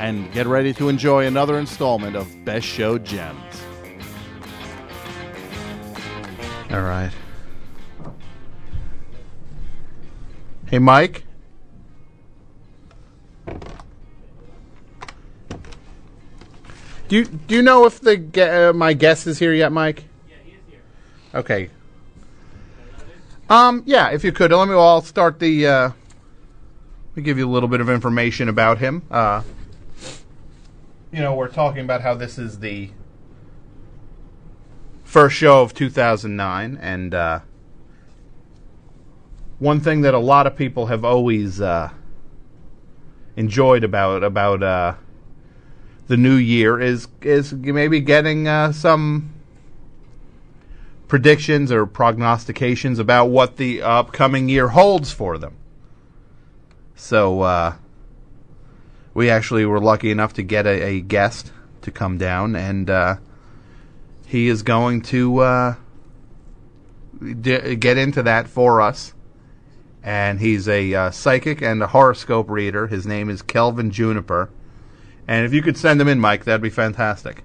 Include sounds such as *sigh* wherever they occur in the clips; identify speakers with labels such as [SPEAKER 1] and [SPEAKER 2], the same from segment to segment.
[SPEAKER 1] and get ready to enjoy another installment of Best Show Gems. All right. Hey, Mike. Do you, do you know if the gue- uh, my guest is here yet, Mike? Yeah, he is here. Okay. Um, yeah, if you could, let me. I'll start the. Uh, we give you a little bit of information about him. Uh, you know, we're talking about how this is the first show of 2009, and uh, one thing that a lot of people have always uh, enjoyed about about uh, the new year is is maybe getting uh, some predictions or prognostications about what the upcoming year holds for them. So uh, we actually were lucky enough to get a, a guest to come down, and uh, he is going to uh, d- get into that for us. And he's a uh, psychic and a horoscope reader. His name is Kelvin Juniper. And if you could send him in, Mike, that'd be fantastic.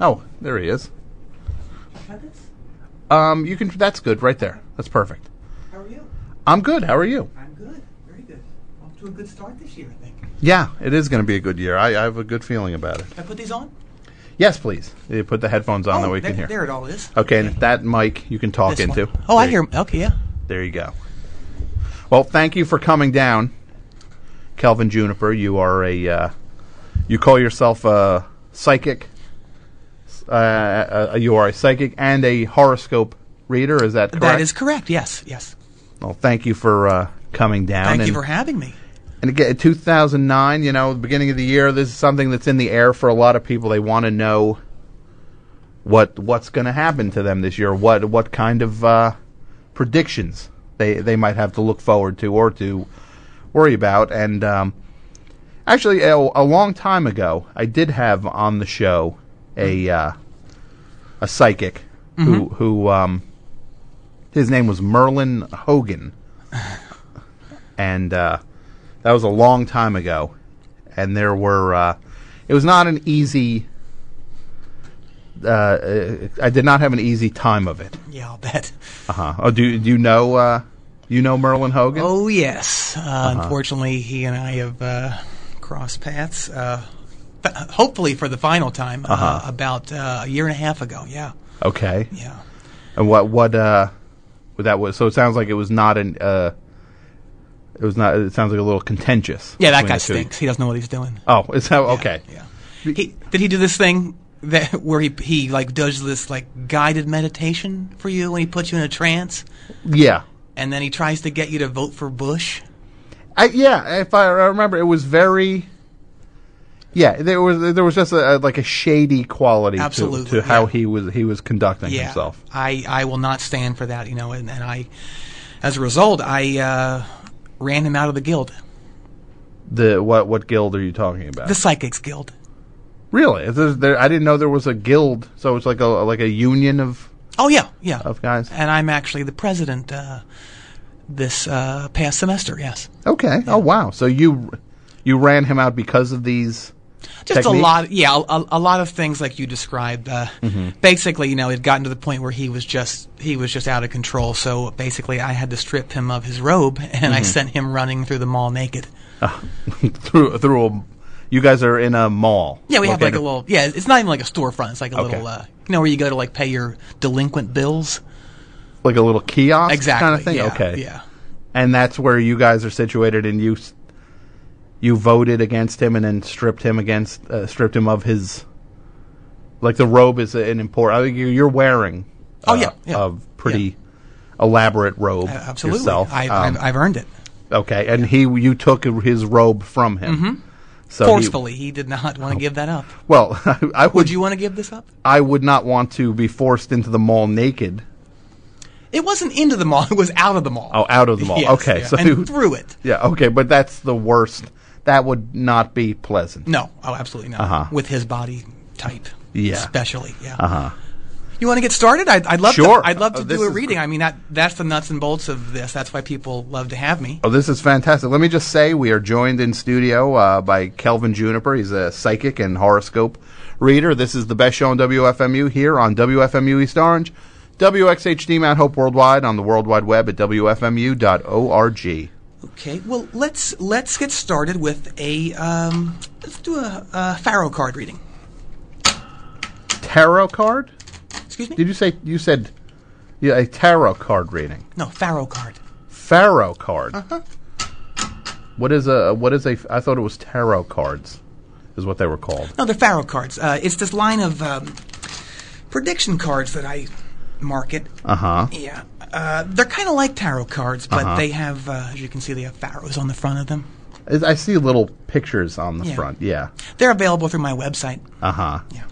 [SPEAKER 1] Oh, there he is. Um, you can. That's good, right there. That's perfect.
[SPEAKER 2] How are you?
[SPEAKER 1] I'm good. How are you?
[SPEAKER 2] I'm good. Very good. Off to a good start this year, I think.
[SPEAKER 1] Yeah, it is going to be a good year. I, I have a good feeling about it.
[SPEAKER 2] Can I put these on?
[SPEAKER 1] Yes, please. You put the headphones on
[SPEAKER 2] oh,
[SPEAKER 1] that we
[SPEAKER 2] there,
[SPEAKER 1] can hear.
[SPEAKER 2] There it all is.
[SPEAKER 1] Okay, and that mic you can talk
[SPEAKER 2] This one.
[SPEAKER 1] into.
[SPEAKER 2] Oh, I
[SPEAKER 1] There-
[SPEAKER 2] hear. Okay, yeah.
[SPEAKER 1] There you go. Well, thank you for coming down, Kelvin Juniper. You are a. Uh, you call yourself a psychic. Uh, uh, you are a psychic and a horoscope reader. Is that correct?
[SPEAKER 2] That is correct. Yes, yes.
[SPEAKER 1] Well, thank you for uh, coming down.
[SPEAKER 2] Thank you
[SPEAKER 1] and-
[SPEAKER 2] for having me.
[SPEAKER 1] And again, 2009, you know, the beginning of the year, this is something that's in the air for a lot of people. They want to know what what's going to happen to them this year, what what kind of uh, predictions they they might have to look forward to or to worry about. And um, actually, a, a long time ago, I did have on the show a uh, a psychic who who um, his name was Merlin Hogan, and uh, that was a long time ago. And there were uh, it was not an easy. Uh, uh, I did not have an easy time of it.
[SPEAKER 2] Yeah, I'll bet.
[SPEAKER 1] Uh-huh. Oh, do do you know uh, you know Merlin Hogan?
[SPEAKER 2] Oh yes. Uh,
[SPEAKER 1] Uh-huh.
[SPEAKER 2] Unfortunately, he and I have uh, crossed paths. Uh, but hopefully for the final time.
[SPEAKER 1] Uh-huh.
[SPEAKER 2] uh about uh, a year and a half ago. Yeah,
[SPEAKER 1] Okay.
[SPEAKER 2] yeah.
[SPEAKER 1] And what what uh what that was so it sounds like it was not an uh it was not it sounds like a little contentious.
[SPEAKER 2] Yeah, that
[SPEAKER 1] between
[SPEAKER 2] guy
[SPEAKER 1] the two.
[SPEAKER 2] stinks. He doesn't know what he's doing.
[SPEAKER 1] Oh, is that okay.
[SPEAKER 2] Yeah. He, did he do this thing that where he he like does this like guided meditation for you and he puts you in a trance
[SPEAKER 1] Yeah.
[SPEAKER 2] and then he tries to get you to vote for Bush?
[SPEAKER 1] I, yeah, if I I remember it was very yeah, there was there was just a, a- like a shady quality to- to,
[SPEAKER 2] Absolutely,
[SPEAKER 1] how
[SPEAKER 2] yeah.
[SPEAKER 1] he was he was conducting
[SPEAKER 2] Yeah.
[SPEAKER 1] himself.
[SPEAKER 2] I I will not stand for that, you know, and, and I as a result, I uh, ran him out of the guild.
[SPEAKER 1] The what what guild are you talking about?
[SPEAKER 2] The Psychics Guild.
[SPEAKER 1] really? Is this- there- I didn't know there was a guild, so it's like a like a union of
[SPEAKER 2] Oh yeah, yeah.
[SPEAKER 1] of guys.
[SPEAKER 2] And I'm actually the president uh, this uh, past semester, yes.
[SPEAKER 1] Okay. Oh wow. So you you ran him out because of these
[SPEAKER 2] just
[SPEAKER 1] technique?
[SPEAKER 2] a lot yeah a, a lot of things like you described uh,
[SPEAKER 1] Mm-hmm.
[SPEAKER 2] basically you know it had gotten to the point where he was just he was just out of control so basically i had to strip him of his robe *laughs* and
[SPEAKER 1] Mm-hmm.
[SPEAKER 2] i sent him running through the mall naked
[SPEAKER 1] through through a, you guys are in a mall.
[SPEAKER 2] yeah we have like a
[SPEAKER 1] located-
[SPEAKER 2] little yeah it's not even like a storefront it's like a
[SPEAKER 1] Okay.
[SPEAKER 2] little uh, you know where you go to like pay your delinquent bills
[SPEAKER 1] like a little kiosk
[SPEAKER 2] exactly
[SPEAKER 1] kind of thing.
[SPEAKER 2] yeah,
[SPEAKER 1] okay.
[SPEAKER 2] yeah
[SPEAKER 1] And that's where you guys are situated and you s- you voted against him and then stripped him against uh, stripped him of his like the robe is an important I think you- you're wearing
[SPEAKER 2] Oh,
[SPEAKER 1] uh,
[SPEAKER 2] yeah, yeah,
[SPEAKER 1] a pretty elaborate robe
[SPEAKER 2] absolutely
[SPEAKER 1] yourself.
[SPEAKER 2] I,
[SPEAKER 1] Um,
[SPEAKER 2] I've, I've earned it
[SPEAKER 1] Okay, and he you took his robe from him.
[SPEAKER 2] Mm-hmm.
[SPEAKER 1] So he- Oh.
[SPEAKER 2] Forcefully, he did not want to give that up.
[SPEAKER 1] well, *laughs* I, would,
[SPEAKER 2] Would you want to give this up?
[SPEAKER 1] I would not want to be forced into the mall naked.
[SPEAKER 2] It wasn't into the mall; *laughs* it was out of the mall.
[SPEAKER 1] Oh, out of the mall.
[SPEAKER 2] *laughs* Yes,
[SPEAKER 1] okay,
[SPEAKER 2] yeah,
[SPEAKER 1] so
[SPEAKER 2] and through it.
[SPEAKER 1] yeah, okay, but that's the worst. That would not be pleasant.
[SPEAKER 2] No, oh, absolutely not.
[SPEAKER 1] Uh-huh.
[SPEAKER 2] With his body type,
[SPEAKER 1] Yeah.
[SPEAKER 2] especially, yeah.
[SPEAKER 1] Uh huh.
[SPEAKER 2] You want to get started? I'd, I'd love
[SPEAKER 1] Sure.
[SPEAKER 2] to. I'd love to
[SPEAKER 1] Uh, this
[SPEAKER 2] do a
[SPEAKER 1] is
[SPEAKER 2] reading. I mean, that that's the nuts and bolts of this. That's why people love to have me.
[SPEAKER 1] Oh, this is fantastic. Let me just say we are joined in studio uh, by Kelvin Juniper. He's a psychic and horoscope reader. This is the best show on WFMU here on WFMU East Orange, WXHD Mount Hope Worldwide on the World Wide Web at WFMU.org.
[SPEAKER 2] Okay. Well, let's let's get started with a um, let's do a, a pharaoh card reading.
[SPEAKER 1] Tarot card?
[SPEAKER 2] Excuse me.
[SPEAKER 1] Did you say, you said yeah, a tarot card reading?
[SPEAKER 2] no, pharaoh card.
[SPEAKER 1] Pharaoh card. What is a, what is a, I thought it was tarot cards, is what they were called.
[SPEAKER 2] No, they're pharaoh cards. Uh, it's this line of um, prediction cards that I market.
[SPEAKER 1] Uh huh.
[SPEAKER 2] Yeah. Uh, they're kind of like tarot cards, but
[SPEAKER 1] Uh-huh.
[SPEAKER 2] they have, uh, as you can see, they have pharaohs on the front of them.
[SPEAKER 1] I see little pictures on the
[SPEAKER 2] Yeah.
[SPEAKER 1] front, yeah.
[SPEAKER 2] They're available through my website.
[SPEAKER 1] Uh huh.
[SPEAKER 2] Yeah.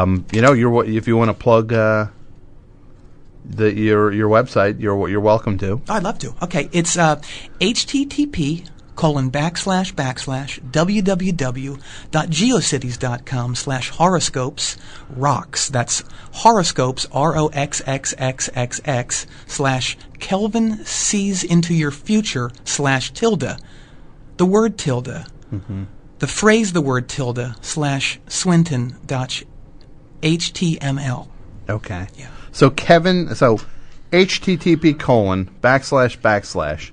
[SPEAKER 1] um, you know, you're wa- if you want to plug uh, the your your website, you're wa- you're welcome to.
[SPEAKER 2] Oh, I'd love to. Okay, it's uh, http colon backslash backslash www.geocities.com slash horoscopes rocks. That's horoscopes, R-O-X-X-X-X-X slash Kelvin sees into your future slash tilde. The word tilde. The phrase the word tilde slash swinton dot html.
[SPEAKER 1] Okay.
[SPEAKER 2] Yeah.
[SPEAKER 1] So Kevin, so http colon backslash backslash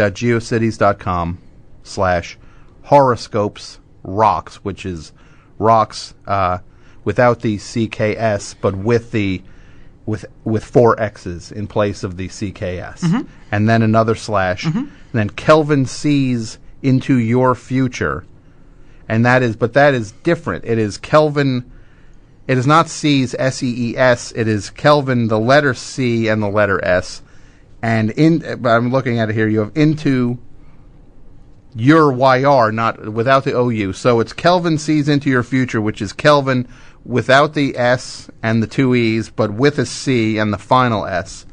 [SPEAKER 1] www.geocities.com slash horoscopes rocks, which is rocks uh, without the CKS, but with the with with four X's in place of the CKS, and then another slash, and then Kelvin sees into your future, and that is, but that is different. It is Kelvin. It is not C's S E E S. It is Kelvin, the letter C and the letter S. And in, but I'm looking at it here. You have into your YR, not without the OU. So it's Kelvin sees into your future, which is Kelvin without the S and the two E's, but with a C and the final S.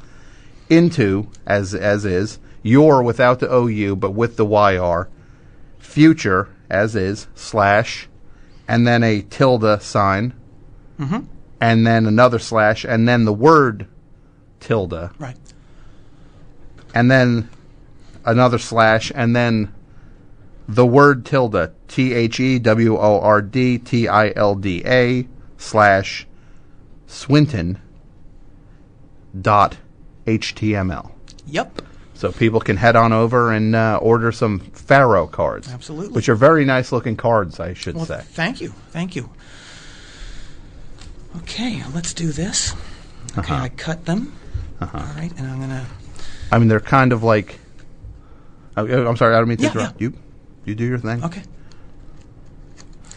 [SPEAKER 1] Into as as is your without the OU, but with the YR. Future as is slash, and then a tilde sign and then another slash, and then the word tilde,
[SPEAKER 2] Right.
[SPEAKER 1] and then another slash, and then the word tilde, T H E W O R D T I L D A slash Swinton dot HTML.
[SPEAKER 2] Yep.
[SPEAKER 1] So people can head on over and uh, order some Pharaoh cards.
[SPEAKER 2] Absolutely.
[SPEAKER 1] Which are very nice looking cards, I should
[SPEAKER 2] Well,
[SPEAKER 1] say.
[SPEAKER 2] thank you, thank you. Okay, let's do this. Okay,
[SPEAKER 1] Uh-huh.
[SPEAKER 2] I cut them. All right, and I'm gonna.
[SPEAKER 1] I mean, they're kind of like. I, I'm sorry, I don't mean to
[SPEAKER 2] Yeah,
[SPEAKER 1] interrupt
[SPEAKER 2] yeah.
[SPEAKER 1] you. You do your thing.
[SPEAKER 2] Okay,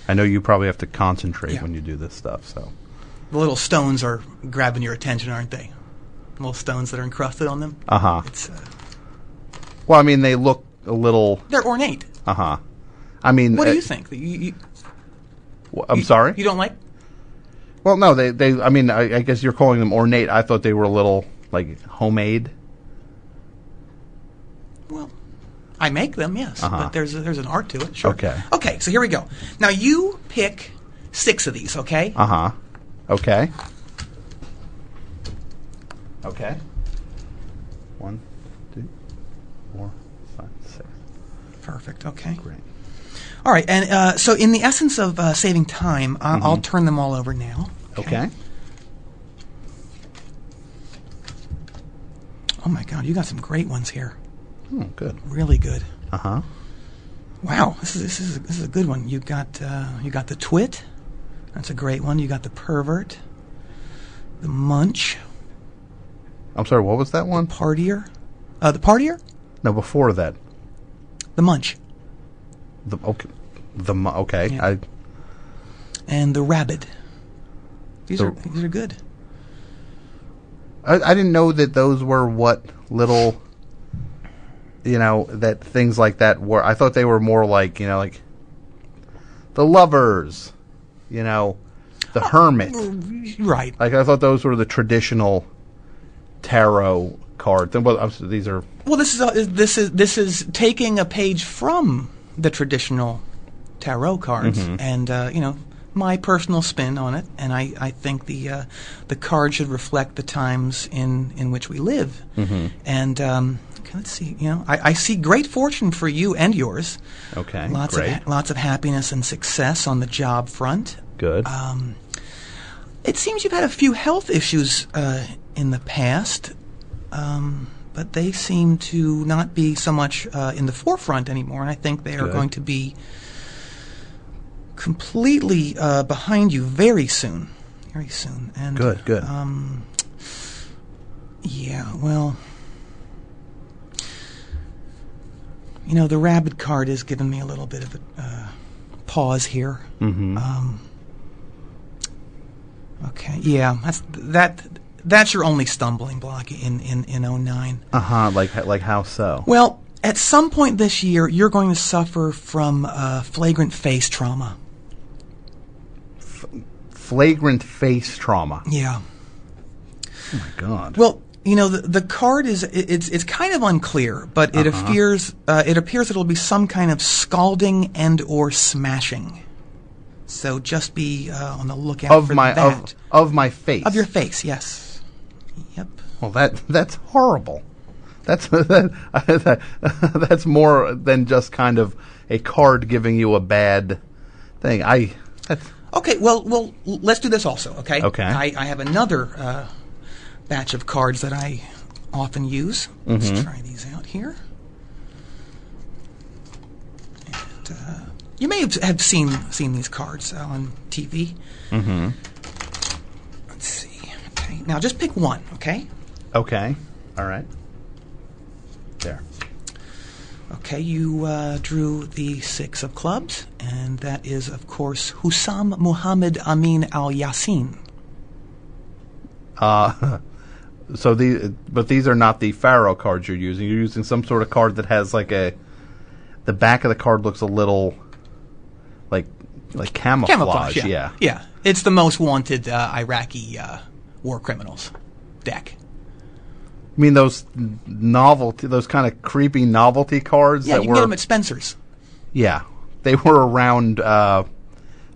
[SPEAKER 1] I know you probably have to concentrate
[SPEAKER 2] Yeah.
[SPEAKER 1] when you do this stuff. So,
[SPEAKER 2] the little stones are grabbing your attention, aren't they? Little stones that are encrusted on them.
[SPEAKER 1] uh huh.
[SPEAKER 2] It's uh,
[SPEAKER 1] Well, I mean, they look a little,
[SPEAKER 2] they're ornate.
[SPEAKER 1] uh huh. I mean,
[SPEAKER 2] What
[SPEAKER 1] uh,
[SPEAKER 2] do you think? That You, you,
[SPEAKER 1] w- I'm sorry.
[SPEAKER 2] you don't like?
[SPEAKER 1] well, no, they, they. I mean, I, I guess you're calling them ornate. I thought they were a little like homemade.
[SPEAKER 2] Well, I make them, yes, but there's a, there's an art to it. Sure.
[SPEAKER 1] Uh-huh. Okay.
[SPEAKER 2] Okay, so here we go. Now you pick six of these. Okay.
[SPEAKER 1] Uh huh. Okay. Okay. One, two, four, five, six.
[SPEAKER 2] Perfect. Okay.
[SPEAKER 1] Great.
[SPEAKER 2] All right, and uh, so in the essence of uh, saving time, I- I'll turn them all over now.
[SPEAKER 1] Mm-hmm. Okay.
[SPEAKER 2] Oh my God, you got some great ones here.
[SPEAKER 1] Hmm, good.
[SPEAKER 2] Really good.
[SPEAKER 1] Uh huh.
[SPEAKER 2] Wow, this is this is this is a good one. You got uh, you got the twit. That's a great one. You got the pervert, the munch,
[SPEAKER 1] I'm sorry. What was that one?
[SPEAKER 2] partier, uh, the partier,
[SPEAKER 1] No, before that.
[SPEAKER 2] the munch,
[SPEAKER 1] The okay. The mu- okay.
[SPEAKER 2] Yeah.
[SPEAKER 1] I.
[SPEAKER 2] and the rabid. These
[SPEAKER 1] The-
[SPEAKER 2] are these are good.
[SPEAKER 1] I, I didn't know that those were what little you know that things like that were. I thought they were more like you know like the lovers, you know, the hermit.
[SPEAKER 2] Right.
[SPEAKER 1] Like I thought those were the traditional tarot cards. Well, I'm s- these are
[SPEAKER 2] Well, this is a, this is this is taking a page from the traditional tarot cards,
[SPEAKER 1] Mm-hmm.
[SPEAKER 2] and uh, you know my personal spin on it, and I, I think the uh, the card should reflect the times in in which we live.
[SPEAKER 1] Mm-hmm.
[SPEAKER 2] And um, okay, let's see, you know, I, I see great fortune for you and yours.
[SPEAKER 1] okay.
[SPEAKER 2] Lots
[SPEAKER 1] great.
[SPEAKER 2] of ha- lots of happiness and success on the job front.
[SPEAKER 1] Good.
[SPEAKER 2] Um, it seems you've had a few health issues uh, in the past, um, but they seem to not be so much uh, in the forefront anymore, and I think they are
[SPEAKER 1] Good.
[SPEAKER 2] going to be completely uh, behind you very soon. Very soon. And
[SPEAKER 1] Good, good.
[SPEAKER 2] Um, yeah, well. You know, the rabbit card has given me a little bit of a uh, pause here.
[SPEAKER 1] hmm
[SPEAKER 2] Um, okay, yeah, that's that. That's your only stumbling block in in in 09.
[SPEAKER 1] uh huh. Like like how so?
[SPEAKER 2] Well, at some point this year, you're going to suffer from uh, flagrant face trauma.
[SPEAKER 1] Flagrant face trauma.
[SPEAKER 2] Yeah.
[SPEAKER 1] Oh my god.
[SPEAKER 2] Well, you know, the, the card is it- it's it's kind of unclear, but it
[SPEAKER 1] Uh-huh.
[SPEAKER 2] appears uh, it appears it'll be some kind of scalding and or smashing. So just be uh, on the lookout
[SPEAKER 1] of
[SPEAKER 2] for
[SPEAKER 1] my
[SPEAKER 2] that.
[SPEAKER 1] of of my face.
[SPEAKER 2] of your face, yes. Yep.
[SPEAKER 1] Well, that that's horrible. That's *laughs* that, that's more than just kind of a card giving you a bad thing. I that's
[SPEAKER 2] Okay, well, well, l- let's do this also. Okay.
[SPEAKER 1] Okay.
[SPEAKER 2] I, I have another uh, batch of cards that I often use. Let's try these out here. And, uh, you may have, have seen seen these cards uh, on TV. Mm-hmm. Let's see. Okay. Now, just pick one. Okay.
[SPEAKER 1] okay. All right. There.
[SPEAKER 2] Okay. You uh, drew the six of clubs, and that is, of course, Hussam Muhammad Amin Al Yassin.
[SPEAKER 1] Uh, so the but these are not the pharaoh cards you're using. You're using some sort of card that has like a the back of the card looks a little like like camouflage.
[SPEAKER 2] camouflage. yeah. Yeah. It's the most wanted uh, Iraqi uh, war criminals deck.
[SPEAKER 1] I mean those novelty, those kind of creepy novelty cards
[SPEAKER 2] Yeah,
[SPEAKER 1] that
[SPEAKER 2] you
[SPEAKER 1] were
[SPEAKER 2] can get them at Spencer's.
[SPEAKER 1] Yeah, they were around uh,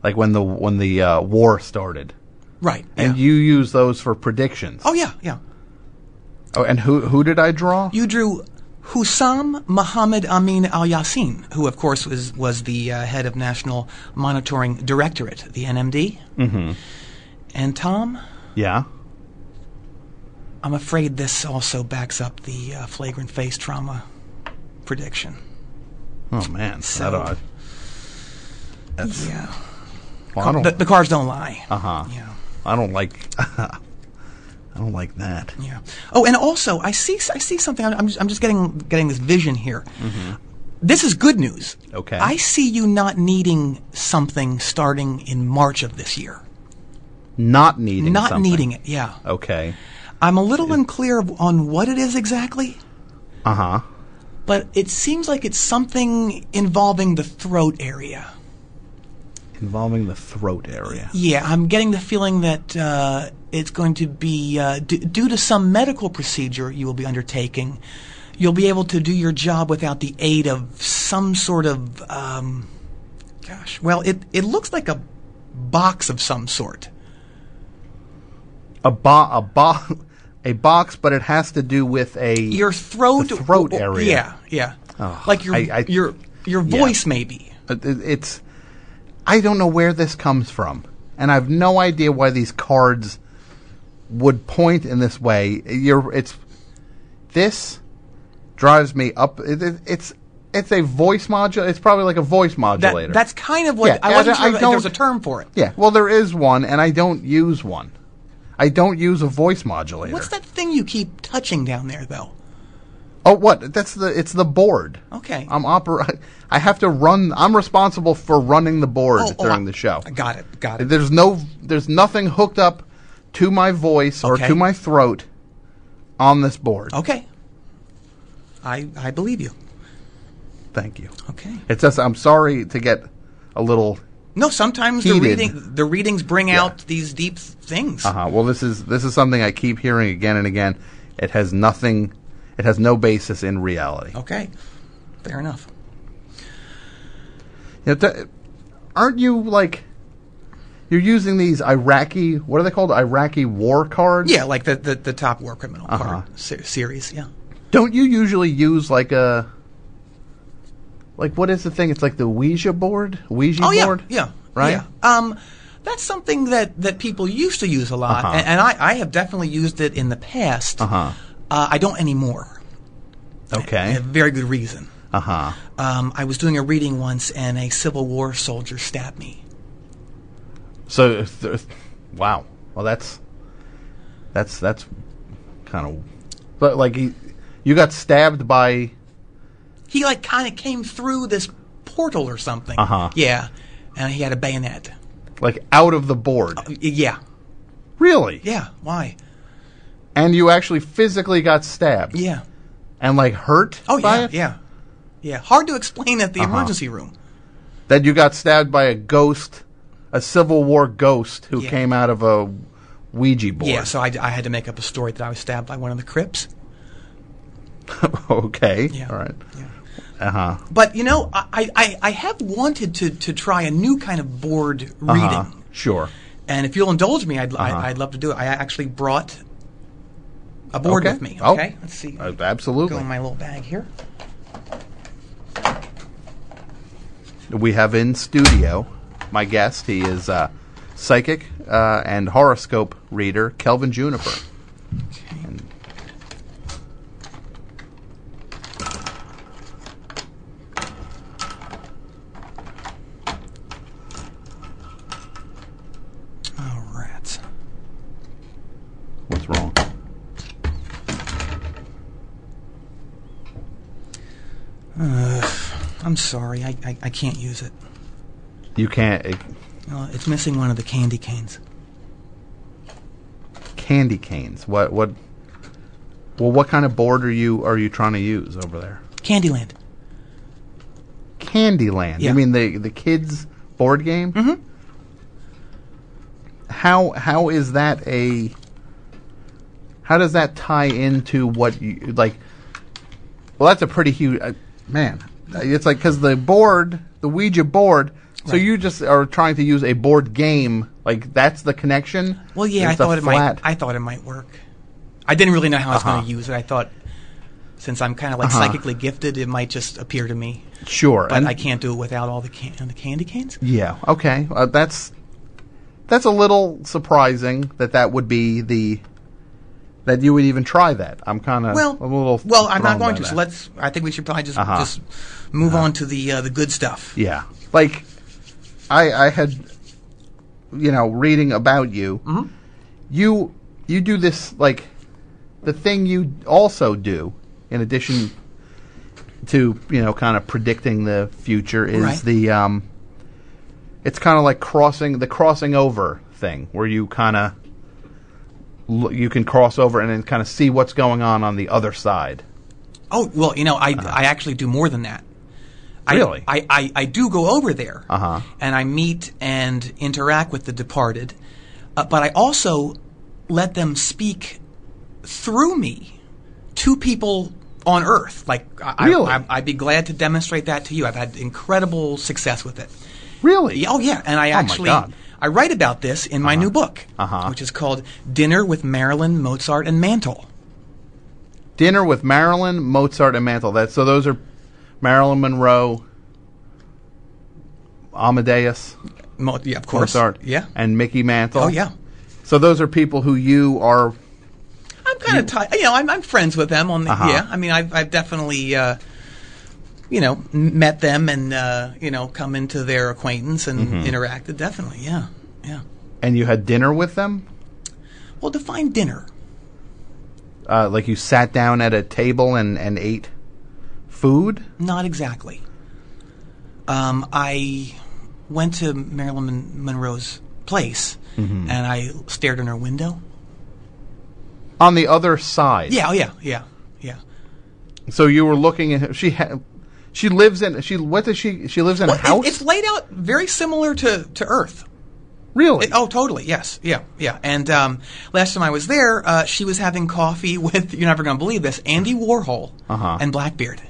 [SPEAKER 1] like when the when the uh, war started,
[SPEAKER 2] Right.
[SPEAKER 1] and
[SPEAKER 2] yeah.
[SPEAKER 1] you use those for predictions.
[SPEAKER 2] oh, yeah, yeah.
[SPEAKER 1] Oh, and who who did I draw?
[SPEAKER 2] You drew Hussam Muhammad Amin Al Yassin, who, of course, was, was the uh, head of National Monitoring Directorate, the NMD. Mm-hmm. And Tom,
[SPEAKER 1] yeah.
[SPEAKER 2] I'm afraid this also backs up the uh, flagrant face trauma prediction.
[SPEAKER 1] Oh man,
[SPEAKER 2] So-
[SPEAKER 1] that odd. That's,
[SPEAKER 2] Yeah.
[SPEAKER 1] well, I
[SPEAKER 2] The,
[SPEAKER 1] don't.
[SPEAKER 2] the cards don't lie.
[SPEAKER 1] Uh huh.
[SPEAKER 2] Yeah.
[SPEAKER 1] I don't like. *laughs* I don't like that.
[SPEAKER 2] Yeah. Oh, and also, I see, I see something. I'm, I'm, just, I'm just getting, getting this vision here. This is good news.
[SPEAKER 1] Mm-hmm. Okay.
[SPEAKER 2] I see you not needing something starting in March of this year.
[SPEAKER 1] Not needing.
[SPEAKER 2] Not
[SPEAKER 1] something.
[SPEAKER 2] needing it. Yeah.
[SPEAKER 1] Okay.
[SPEAKER 2] I'm a little unclear of- on what it is exactly,
[SPEAKER 1] Uh huh.
[SPEAKER 2] but it seems like it's something involving the throat area.
[SPEAKER 1] Involving the throat area.
[SPEAKER 2] Yeah, I'm getting the feeling that uh, it's going to be uh, d- due to some medical procedure you will be undertaking. You'll be able to do your job without the aid of some sort of, um, gosh, well, it it looks like a box of some sort.
[SPEAKER 1] A bo- a bo- *laughs* a box, but it has to do with a
[SPEAKER 2] Your throat,
[SPEAKER 1] The throat area. Oh,
[SPEAKER 2] Yeah, yeah, like your
[SPEAKER 1] I- I-
[SPEAKER 2] your your
[SPEAKER 1] yeah.
[SPEAKER 2] voice maybe.
[SPEAKER 1] It- it- It's I don't know where this comes from, and I've no idea why these cards would point in this way. You're it's this drives me up. It, it, it's it's a voice module. It's probably like a voice
[SPEAKER 2] That,
[SPEAKER 1] modulator.
[SPEAKER 2] that's kind of what
[SPEAKER 1] Yeah,
[SPEAKER 2] I wasn't
[SPEAKER 1] I- I
[SPEAKER 2] sure if there was a
[SPEAKER 1] don't-
[SPEAKER 2] term for it.
[SPEAKER 1] yeah. Well, there is one, and I don't use one. I don't use a voice modulator.
[SPEAKER 2] What's that thing you keep touching down there though?
[SPEAKER 1] Oh, what? That's the it's the board.
[SPEAKER 2] Okay.
[SPEAKER 1] I'm opera. *laughs* I have to run. I'm responsible for running the board
[SPEAKER 2] Oh, oh,
[SPEAKER 1] during
[SPEAKER 2] I-
[SPEAKER 1] the show.
[SPEAKER 2] I got it. Got it.
[SPEAKER 1] There's no, there's nothing hooked up to my voice or
[SPEAKER 2] Okay. Oh.
[SPEAKER 1] to my throat on this board.
[SPEAKER 2] Okay. I, I believe you.
[SPEAKER 1] Thank you.
[SPEAKER 2] Okay.
[SPEAKER 1] It's just I'm sorry to get a little.
[SPEAKER 2] No, sometimes the
[SPEAKER 1] Heated.
[SPEAKER 2] reading the readings bring out these deep things.
[SPEAKER 1] Uh, well, this is this is something I keep hearing again and again. It has nothing. It has no basis in reality.
[SPEAKER 2] Okay. Fair enough.
[SPEAKER 1] You know, th- aren't you like? You're using these Iraqi. What are they called? Iraqi war cards.
[SPEAKER 2] Yeah, like the the, the top war criminal
[SPEAKER 1] Uh-huh.
[SPEAKER 2] card se- series. Yeah.
[SPEAKER 1] Don't you usually use like a? Like what is the thing? It's like the Ouija board. Ouija
[SPEAKER 2] Oh yeah,
[SPEAKER 1] board.
[SPEAKER 2] yeah,
[SPEAKER 1] Right?
[SPEAKER 2] yeah. Um, that's something that that people used to use a lot,
[SPEAKER 1] Uh-huh.
[SPEAKER 2] and, and I, I have definitely used it in the past.
[SPEAKER 1] Uh-huh.
[SPEAKER 2] Uh, I don't anymore.
[SPEAKER 1] Okay.
[SPEAKER 2] A very good reason.
[SPEAKER 1] Uh huh.
[SPEAKER 2] Um, I was doing a reading once, and a Civil War soldier stabbed me.
[SPEAKER 1] So, if there- wow. Well, that's that's that's kind of, but like he, you got stabbed by.
[SPEAKER 2] He like kind of came through this portal or something.
[SPEAKER 1] Uh-huh.
[SPEAKER 2] Yeah, and he had a bayonet.
[SPEAKER 1] like out of the board.
[SPEAKER 2] Oh, Y- Yeah,
[SPEAKER 1] Really?
[SPEAKER 2] yeah. Why?
[SPEAKER 1] And you actually physically got stabbed
[SPEAKER 2] Yeah.
[SPEAKER 1] and like hurt
[SPEAKER 2] Oh
[SPEAKER 1] by
[SPEAKER 2] yeah,
[SPEAKER 1] it?
[SPEAKER 2] yeah, yeah. Hard to explain at the
[SPEAKER 1] Uh-huh.
[SPEAKER 2] emergency room.
[SPEAKER 1] That you got stabbed by a ghost, a Civil War ghost who
[SPEAKER 2] Yeah.
[SPEAKER 1] came out of a Ouija board.
[SPEAKER 2] Yeah, so I, I had to make up a story that I was stabbed by one of the Crips.
[SPEAKER 1] *laughs* okay.
[SPEAKER 2] Yeah.
[SPEAKER 1] All right.
[SPEAKER 2] Yeah.
[SPEAKER 1] Uh huh.
[SPEAKER 2] But you know, I, I, I have wanted to, to try a new kind of board reading,
[SPEAKER 1] Uh, sure.
[SPEAKER 2] and if you'll indulge me, I'd
[SPEAKER 1] Uh-huh.
[SPEAKER 2] I, I'd love to do it. I actually brought a board
[SPEAKER 1] Okay.
[SPEAKER 2] with me.
[SPEAKER 1] Oh.
[SPEAKER 2] Okay, let's see.
[SPEAKER 1] Uh,
[SPEAKER 2] Go
[SPEAKER 1] absolutely.
[SPEAKER 2] in my little bag here.
[SPEAKER 1] we have in studio my guest. He is uh, psychic uh, and horoscope reader Kelvin Juniper. And-
[SPEAKER 2] Oh rats!
[SPEAKER 1] What's wrong?
[SPEAKER 2] I'm sorry, I, I, I can't use it.
[SPEAKER 1] You can't. eh, It,
[SPEAKER 2] Uh, it's missing one of the candy canes.
[SPEAKER 1] candy canes. What what? Well, what kind of board are you are you trying to use over there?
[SPEAKER 2] Candyland.
[SPEAKER 1] Candyland.
[SPEAKER 2] Yeah.
[SPEAKER 1] You mean the the kids board game? Mm-hmm. How how is that a? How does that tie into what you like? Well, that's a pretty huge uh, man. It's like because the board, the Ouija board. So
[SPEAKER 2] Right.
[SPEAKER 1] you just are trying to use a board game. Like that's the connection.
[SPEAKER 2] Well,
[SPEAKER 1] It's
[SPEAKER 2] yeah, I
[SPEAKER 1] a
[SPEAKER 2] thought it
[SPEAKER 1] flat- Uh-huh.
[SPEAKER 2] might. I thought it might work. I didn't really know how I was going to use it. I thought since I'm kind of like psychically gifted, it might just appear to me.
[SPEAKER 1] sure,
[SPEAKER 2] But
[SPEAKER 1] Uh-huh. and-
[SPEAKER 2] I can't do it without all the can- the candy canes.
[SPEAKER 1] Yeah. Okay. Uh, that's that's a little surprising that that would be the that you would even try that. I'm kind of
[SPEAKER 2] Well,
[SPEAKER 1] a little
[SPEAKER 2] well, I'm
[SPEAKER 1] thrown
[SPEAKER 2] not going
[SPEAKER 1] by
[SPEAKER 2] to. So
[SPEAKER 1] that.
[SPEAKER 2] let's. I think we should probably just
[SPEAKER 1] Uh-huh.
[SPEAKER 2] just move on to the uh, the good stuff.
[SPEAKER 1] yeah. Like I I had you know reading about you. You you do this like the thing you also do in addition to you know kind of predicting the future is
[SPEAKER 2] Right.
[SPEAKER 1] the um it's kind of like crossing the crossing over thing where you kind of l- you can cross over and then kind of see what's going on on the other side
[SPEAKER 2] Oh well, you know, I I actually do more than that. I,
[SPEAKER 1] Uh-huh. Really?
[SPEAKER 2] I, I, I do go over there,
[SPEAKER 1] Uh-huh.
[SPEAKER 2] and I meet and interact with the departed, uh, but I also let them speak through me to people on Earth. Like I,
[SPEAKER 1] Really?
[SPEAKER 2] I, I'd be glad to demonstrate that to you. I've had incredible success with it.
[SPEAKER 1] really
[SPEAKER 2] Yeah, Oh yeah, and I actually
[SPEAKER 1] God.
[SPEAKER 2] I write about this in my new book,
[SPEAKER 1] Uh-huh.
[SPEAKER 2] which is called Dinner with Marilyn, Mozart, and Mantle.
[SPEAKER 1] dinner with marilyn mozart and mantle that so those are marilyn monroe amadeus
[SPEAKER 2] Mo- yeah, of course.
[SPEAKER 1] mozart
[SPEAKER 2] Yeah.
[SPEAKER 1] and mickey mantle
[SPEAKER 2] Oh yeah.
[SPEAKER 1] so those are people who you are
[SPEAKER 2] I'm kind of tired. You know, I'm, I'm friends with them on the.
[SPEAKER 1] Uh-huh.
[SPEAKER 2] Yeah, I mean, I've I've definitely. Uh, you know, m- met them and uh, you know come into their acquaintance and
[SPEAKER 1] Mm-hmm.
[SPEAKER 2] interacted. Definitely, yeah, yeah.
[SPEAKER 1] and you had dinner with them
[SPEAKER 2] Well, define dinner.
[SPEAKER 1] uh, like you sat down at a table and, and ate food
[SPEAKER 2] Not exactly. Um, I went to Marilyn Mon- Monroe's place
[SPEAKER 1] Mm-hmm.
[SPEAKER 2] and I stared in her window.
[SPEAKER 1] on the other side.
[SPEAKER 2] Yeah, oh yeah, yeah, yeah.
[SPEAKER 1] So you were looking at her. She ha- she lives in she what does she she lives in
[SPEAKER 2] Well,
[SPEAKER 1] a
[SPEAKER 2] it-
[SPEAKER 1] house?
[SPEAKER 2] it's laid out very similar to, to Earth.
[SPEAKER 1] really?
[SPEAKER 2] It- oh, totally. Yes. Yeah. Yeah. And um, last time I was there, uh, she was having coffee *laughs* with you're never going to believe this Andy Warhol
[SPEAKER 1] Uh-huh.
[SPEAKER 2] and Blackbeard.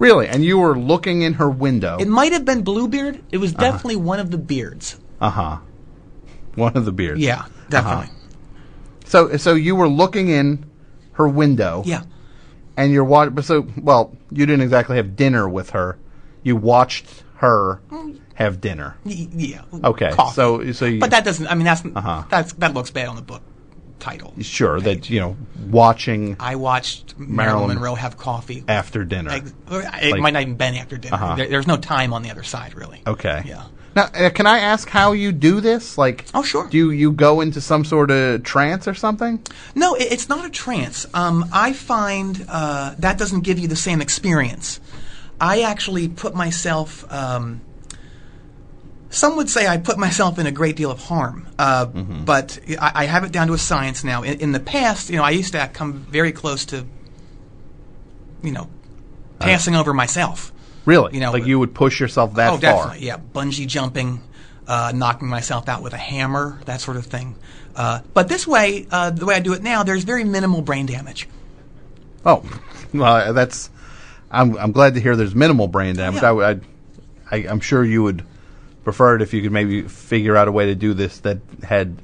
[SPEAKER 1] Really? And you were looking in her window.
[SPEAKER 2] It might have been Bluebeard. It was
[SPEAKER 1] Uh-huh.
[SPEAKER 2] definitely one of the beards.
[SPEAKER 1] Uh huh. One of the beards.
[SPEAKER 2] Yeah, definitely.
[SPEAKER 1] Uh-huh. So so you were looking in her window.
[SPEAKER 2] Yeah.
[SPEAKER 1] And you're watching. So well, you didn't exactly have dinner with her. You watched her have dinner.
[SPEAKER 2] Y- Yeah.
[SPEAKER 1] Okay.
[SPEAKER 2] Coffee.
[SPEAKER 1] So so you,
[SPEAKER 2] but that doesn't. I mean, that's
[SPEAKER 1] Uh-huh.
[SPEAKER 2] that's that looks bad on the book title.
[SPEAKER 1] sure that you know watching
[SPEAKER 2] I watched Marilyn,
[SPEAKER 1] Marilyn-
[SPEAKER 2] Monroe have coffee.
[SPEAKER 1] after dinner.
[SPEAKER 2] Ex- or it
[SPEAKER 1] Like- Uh-huh.
[SPEAKER 2] might not even been after dinner. There, there's no time on the other side, really.
[SPEAKER 1] Okay.
[SPEAKER 2] Yeah.
[SPEAKER 1] Now, uh, can I ask how you do this? Like,
[SPEAKER 2] Oh, sure.
[SPEAKER 1] Do you, you go into some sort of trance or something?
[SPEAKER 2] No, it, it's not a trance. Um, I find uh, that doesn't give you the same experience. I actually put myself. Um, some would say I put myself in a great deal of harm, uh, but I, I have it down to a science now. In, in the past, you know, I used to come very close to, you know, passing over myself.
[SPEAKER 1] Really?
[SPEAKER 2] You know, uh,
[SPEAKER 1] like you would push yourself that
[SPEAKER 2] Oh,
[SPEAKER 1] far?
[SPEAKER 2] definitely. Yeah, bungee jumping, uh, knocking myself out with a hammer, that sort of thing. Uh, but this way, uh, the way I do it now, there's very minimal brain damage.
[SPEAKER 1] Oh, well, that's. I'm I'm glad to hear there's minimal brain damage.
[SPEAKER 2] Yeah.
[SPEAKER 1] I would, I, I, I'm sure you would prefer it if you could maybe figure out a way to do this that had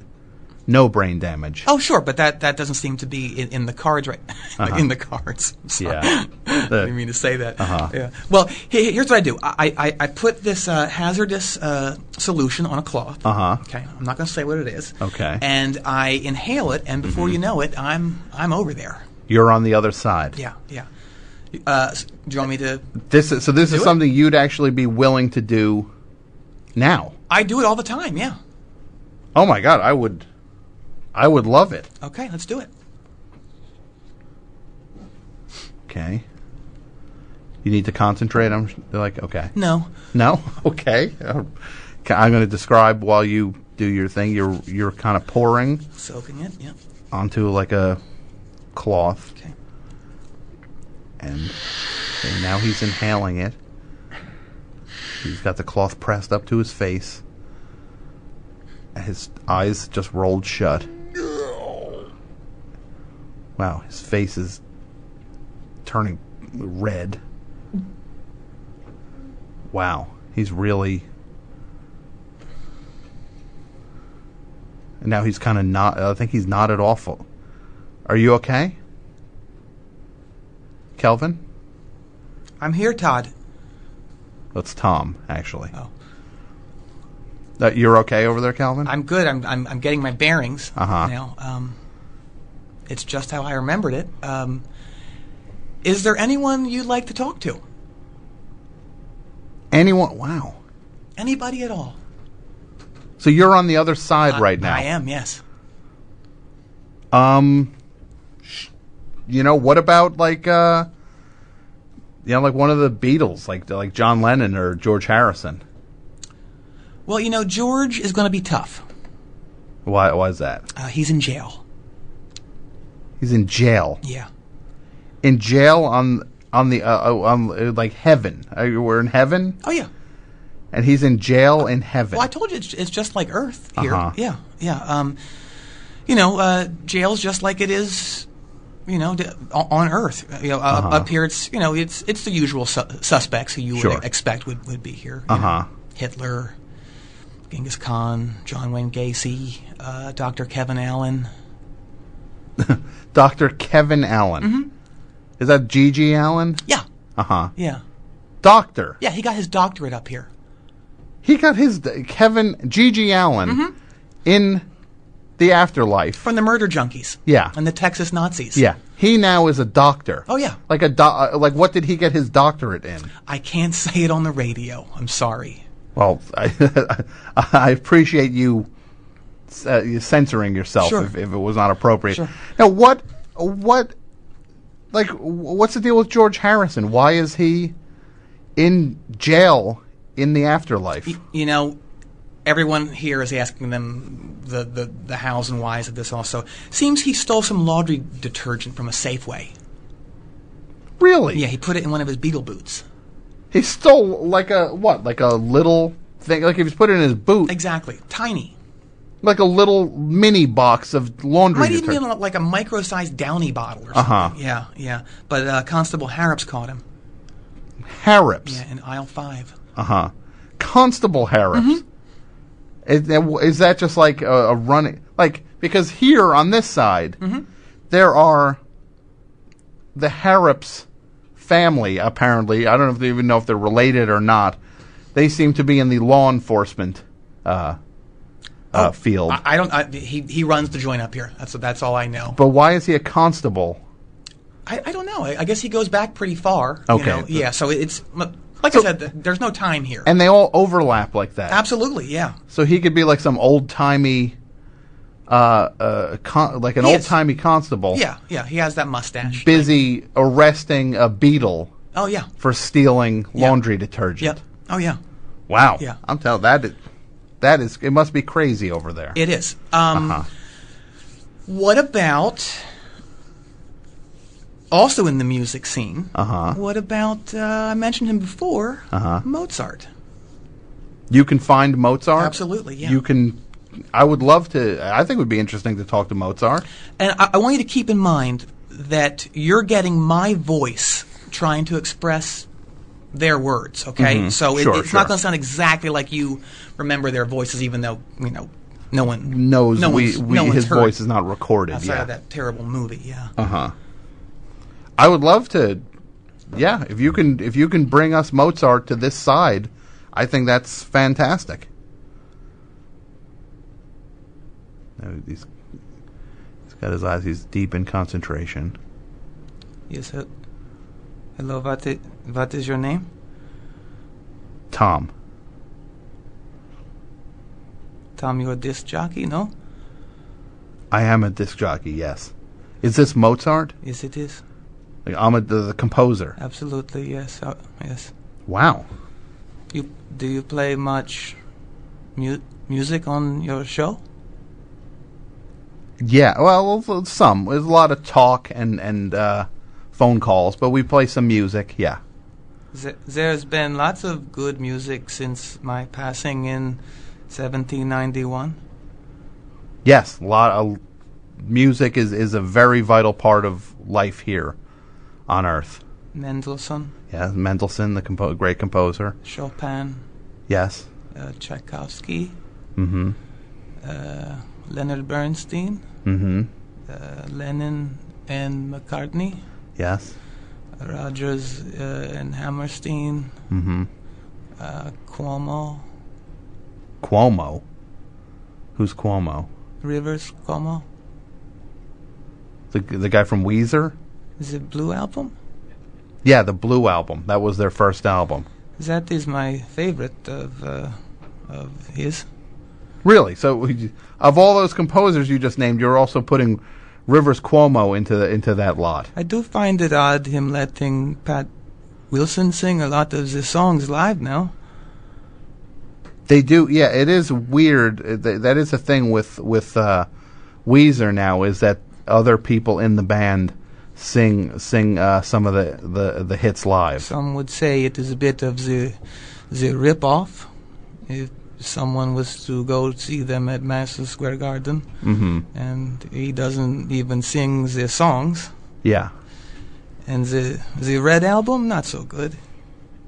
[SPEAKER 1] no brain damage.
[SPEAKER 2] Oh, sure, but that, that doesn't seem to be in, in the cards right *laughs* in the cards. I'm sorry.
[SPEAKER 1] Uh-huh. Yeah.
[SPEAKER 2] *laughs*
[SPEAKER 1] Uh-huh.
[SPEAKER 2] I didn't mean to say that. Yeah. Well, he- he- here's what I do. I, I, I put this uh, hazardous uh, solution on a cloth.
[SPEAKER 1] Uh-huh.
[SPEAKER 2] Okay. I'm not going to say what it is.
[SPEAKER 1] Okay. Mm-hmm.
[SPEAKER 2] And I inhale it, and before you know it, I'm I'm over there.
[SPEAKER 1] You're on the other side.
[SPEAKER 2] Yeah. Yeah. Uh, s- do you want me to
[SPEAKER 1] This is, so this is
[SPEAKER 2] it?
[SPEAKER 1] something you'd actually be willing to do now.
[SPEAKER 2] I do it all the time. Yeah.
[SPEAKER 1] Oh my god, I would I would love it.
[SPEAKER 2] Okay, let's do it.
[SPEAKER 1] Okay. You need to concentrate. I'm they're like, okay.
[SPEAKER 2] No.
[SPEAKER 1] No? *laughs* Okay. Uh, ca- I'm going to describe while you do your thing. You're you're kind of pouring
[SPEAKER 2] Soaking it. Yep.
[SPEAKER 1] onto like a cloth
[SPEAKER 2] Okay.
[SPEAKER 1] and okay, now he's inhaling it. He's got the cloth pressed up to his face. His eyes just rolled shut. Wow, his face is turning red. Wow, he's really. And now he's kind of not. I think he's nodded off. Are you okay, Kelvin?
[SPEAKER 2] I'm here, Todd.
[SPEAKER 1] That's Tom, actually.
[SPEAKER 2] Oh.
[SPEAKER 1] Uh, you're okay over there, Calvin?
[SPEAKER 2] I'm good. I'm I'm, I'm getting my bearings
[SPEAKER 1] Uh-huh.
[SPEAKER 2] now. Um, it's just how I remembered it. Um, is there anyone you'd like to talk to?
[SPEAKER 1] Anyone? Wow.
[SPEAKER 2] Anybody at all?
[SPEAKER 1] So you're on the other side right now.
[SPEAKER 2] I am. Yes.
[SPEAKER 1] Um, sh- you know what about like uh, you know, like one of the Beatles, like like John Lennon or George Harrison?
[SPEAKER 2] Well, you know, George is going to be tough.
[SPEAKER 1] Why? Why is that?
[SPEAKER 2] Uh, he's in jail.
[SPEAKER 1] He's in jail.
[SPEAKER 2] Yeah.
[SPEAKER 1] In jail on on the uh, oh, on uh, like heaven. Uh, we're in heaven,
[SPEAKER 2] Oh yeah.
[SPEAKER 1] and he's in jail in heaven.
[SPEAKER 2] Well, I told you it's, it's just like Earth here.
[SPEAKER 1] Uh-huh.
[SPEAKER 2] Yeah, yeah. Um, you know, uh, jails just like it is, you know, d- o- on Earth. Uh, You know, uh,
[SPEAKER 1] Uh-huh.
[SPEAKER 2] up here it's you know it's it's the usual su- suspects who you
[SPEAKER 1] Sure.
[SPEAKER 2] would expect would, would be here.
[SPEAKER 1] Uh huh.
[SPEAKER 2] Hitler, Genghis Khan, John Wayne Gacy, uh, Doctor Kevin Allen.
[SPEAKER 1] Doctor Kevin Allen. Is that G.G. Allen?
[SPEAKER 2] Yeah,
[SPEAKER 1] Uh huh.
[SPEAKER 2] yeah,
[SPEAKER 1] Doctor.
[SPEAKER 2] yeah. He got his doctorate up here.
[SPEAKER 1] He got his Kevin Gigi Allen in the afterlife.
[SPEAKER 2] From the murder junkies.
[SPEAKER 1] Yeah.
[SPEAKER 2] And the Texas Nazis.
[SPEAKER 1] yeah, he now is a doctor.
[SPEAKER 2] Oh, yeah.
[SPEAKER 1] like a do- uh, like what did he get his doctorate in?
[SPEAKER 2] I can't say it on the radio. I'm sorry.
[SPEAKER 1] Well, I, *laughs* I appreciate you, uh, you censoring yourself
[SPEAKER 2] Sure.
[SPEAKER 1] if, if it was not appropriate.
[SPEAKER 2] Sure.
[SPEAKER 1] Now, what what like wh- what's the deal with George Harrison? Why is he in jail in the afterlife?
[SPEAKER 2] you know, everyone here is asking them the, the, the hows and whys of this also. Seems he stole some laundry detergent from a Safeway.
[SPEAKER 1] Really?
[SPEAKER 2] Yeah, he put it in one of his beetle boots.
[SPEAKER 1] He stole like a what? Like a little thing. Like if he's put it in his boot,
[SPEAKER 2] Exactly. Tiny.
[SPEAKER 1] like a little mini box of laundry
[SPEAKER 2] Might even be
[SPEAKER 1] detergent.
[SPEAKER 2] in like a micro-sized Downy bottle or something.
[SPEAKER 1] Uh-huh.
[SPEAKER 2] Yeah, yeah. But uh, Constable Harrops caught him.
[SPEAKER 1] Harrops.
[SPEAKER 2] Yeah, in aisle five.
[SPEAKER 1] Uh huh. Constable Harrops.
[SPEAKER 2] Mm-hmm.
[SPEAKER 1] Is, that- is that just like a, a running? Like because here on this side,
[SPEAKER 2] Mm-hmm.
[SPEAKER 1] there are the Harrops family. Apparently, I don't know if they even know if they're related or not. They seem to be in the law enforcement uh, uh, field.
[SPEAKER 2] Oh, I, I don't. I, he he runs the joint up here. That's that's all I know.
[SPEAKER 1] but why is he a constable?
[SPEAKER 2] I, I don't know. I, I guess he goes back pretty far.
[SPEAKER 1] Okay.
[SPEAKER 2] You know? Yeah. So it's like I said. th- There's no time here.
[SPEAKER 1] And they all overlap like that.
[SPEAKER 2] Absolutely. Yeah.
[SPEAKER 1] So he could be like some old timey, uh, uh, con- like an
[SPEAKER 2] He
[SPEAKER 1] old
[SPEAKER 2] is.
[SPEAKER 1] timey constable.
[SPEAKER 2] Yeah. Yeah. He has that mustache.
[SPEAKER 1] busy arresting a beetle
[SPEAKER 2] oh yeah.
[SPEAKER 1] for stealing laundry detergent.
[SPEAKER 2] Yep. Oh yeah.
[SPEAKER 1] Wow.
[SPEAKER 2] Yeah.
[SPEAKER 1] I'm telling that is, that is it must be crazy over there.
[SPEAKER 2] It is. Um,
[SPEAKER 1] Uh-huh.
[SPEAKER 2] What about? Also in the music scene.
[SPEAKER 1] Uh-huh.
[SPEAKER 2] What about? Uh, I mentioned him before. Uh-huh. Mozart.
[SPEAKER 1] you can find Mozart.
[SPEAKER 2] Absolutely, yeah.
[SPEAKER 1] You can. I would love to. I think it would be interesting to talk to Mozart.
[SPEAKER 2] And I, I want you to keep in mind that you're getting my voice trying to express their words. Okay, so it,
[SPEAKER 1] Mm-hmm. Sure,
[SPEAKER 2] it's not
[SPEAKER 1] sure.
[SPEAKER 2] going to sound exactly like you remember their voices, even though you know no one
[SPEAKER 1] Knows
[SPEAKER 2] no
[SPEAKER 1] we,
[SPEAKER 2] one's-
[SPEAKER 1] we
[SPEAKER 2] no one's
[SPEAKER 1] his
[SPEAKER 2] heard
[SPEAKER 1] voice is not recorded.
[SPEAKER 2] outside
[SPEAKER 1] yeah.
[SPEAKER 2] of that terrible movie. Yeah,
[SPEAKER 1] I would love to. Yeah, if you can, if you can bring us Mozart to this side, I think that's fantastic. Now he's- he's got his eyes. He's deep in concentration.
[SPEAKER 2] yes. he- Hello, what is, what is your name?
[SPEAKER 1] Tom,
[SPEAKER 2] Tom, you're a disc jockey, no?
[SPEAKER 1] I am a disc jockey. Yes, is this Mozart?
[SPEAKER 2] Yes, it is.
[SPEAKER 1] Like, I'm a, the, the composer.
[SPEAKER 2] Absolutely, yes, uh, yes.
[SPEAKER 1] Wow.
[SPEAKER 2] You do you play much mu- music on your show?
[SPEAKER 1] Yeah. Well, well, some. There's a lot of talk and and uh, phone calls, but we play some music. Yeah.
[SPEAKER 2] Th- There's been lots of good music since my passing in 1791.
[SPEAKER 1] Yes, a lot of music is, is a very vital part of life here on Earth.
[SPEAKER 2] Mendelssohn,
[SPEAKER 1] Yes, Mendelssohn, the compo- great composer.
[SPEAKER 2] Chopin,
[SPEAKER 1] Yes.
[SPEAKER 2] uh, Tchaikovsky, uh, Leonard Bernstein,
[SPEAKER 1] Mm-hmm.
[SPEAKER 2] uh, Lennon and McCartney,
[SPEAKER 1] Yes.
[SPEAKER 2] Rogers uh, and Hammerstein,
[SPEAKER 1] Mm-hmm.
[SPEAKER 2] uh, Cuomo,
[SPEAKER 1] Cuomo. Who's Cuomo?
[SPEAKER 2] Rivers Cuomo,
[SPEAKER 1] The the guy from Weezer?
[SPEAKER 2] the Blue Album.
[SPEAKER 1] Yeah, the Blue album. That was their first album.
[SPEAKER 2] That is my favorite of uh, of his.
[SPEAKER 1] Really? So we- of all those composers you just named, you're also putting Rivers Cuomo into the, into that lot.
[SPEAKER 2] I do find it odd him letting Pat Wilson sing a lot of the songs live now.
[SPEAKER 1] They do, yeah. It is weird. Uh, th- that is a thing with with uh, Weezer now is that other people in the band sing sing uh, some of the, the the hits live.
[SPEAKER 2] Some would say it is a bit of the the rip off. If someone was to go see them at Madison Square Garden, and he doesn't even sing the songs,
[SPEAKER 1] Yeah,
[SPEAKER 2] and the the Red album not so good.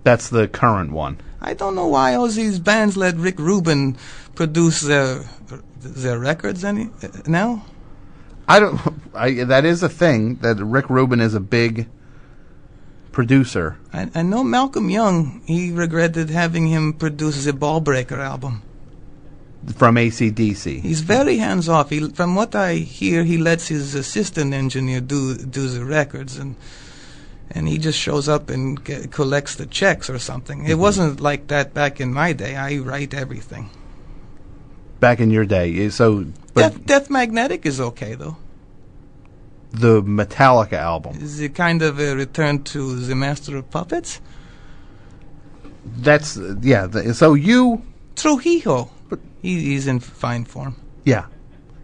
[SPEAKER 1] that's the current one.
[SPEAKER 2] I don't know why all these bands let Rick Rubin produce their their records any now.
[SPEAKER 1] I don't. *laughs* I, that is a thing that Rick Rubin is a big producer.
[SPEAKER 2] I, I know Malcolm Young, he regretted having him produce the Ballbreaker album.
[SPEAKER 1] From ACDC.
[SPEAKER 2] He's very hands off. He, from what I hear, he lets his assistant engineer do do the records, and and he just shows up and ge- collects the checks or something. It wasn't like that back in my day. I write everything.
[SPEAKER 1] Back in your day, so but
[SPEAKER 2] Death, Death Magnetic is okay though.
[SPEAKER 1] the Metallica album.
[SPEAKER 2] Is it kind of a return to the Master of Puppets?
[SPEAKER 1] That's yeah. th so you,
[SPEAKER 2] Trujillo, he, he's in fine form.
[SPEAKER 1] yeah,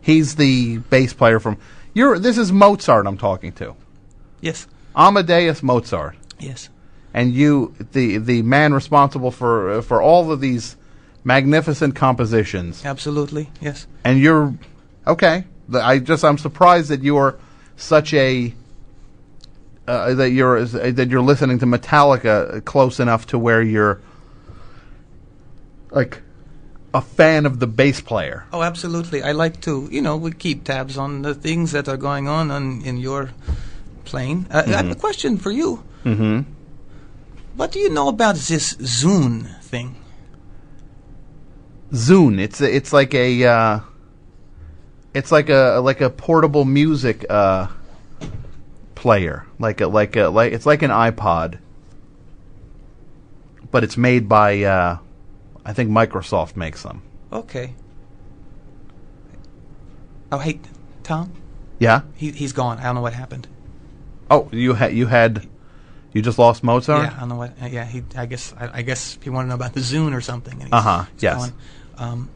[SPEAKER 1] he's the bass player from. You're. This is Mozart I'm talking to.
[SPEAKER 2] Yes.
[SPEAKER 1] Amadeus Mozart,
[SPEAKER 2] Yes.
[SPEAKER 1] and you, the the man responsible for uh, for all of these magnificent compositions,
[SPEAKER 2] Absolutely. Yes.
[SPEAKER 1] and you're okay. The- I just I'm surprised that you're such a uh, that you're that you're listening to Metallica close enough to where you're like a fan of the bass player.
[SPEAKER 2] Oh, absolutely. I like to, you know, we keep tabs on the things that are going on, on in your plane. Uh, I have a question for you. Mm-hmm. What do you know about this Zune thing?
[SPEAKER 1] Zune. It's a- it's like a uh, it's like a like a portable music uh, player. Like a like a like it's like an iPod, but it's made by uh, I think Microsoft makes them.
[SPEAKER 2] Okay. Oh, hey, Tom.
[SPEAKER 1] Yeah.
[SPEAKER 2] He he's gone. I don't know what happened.
[SPEAKER 1] Oh, you had you had you just lost Mozart.
[SPEAKER 2] Yeah, I don't know what. Uh, yeah, he. I guess. I, I guess he wanted to know about the Zune or something. and he's-
[SPEAKER 1] Uh-huh,
[SPEAKER 2] he's
[SPEAKER 1] yes.
[SPEAKER 2] gone. Um,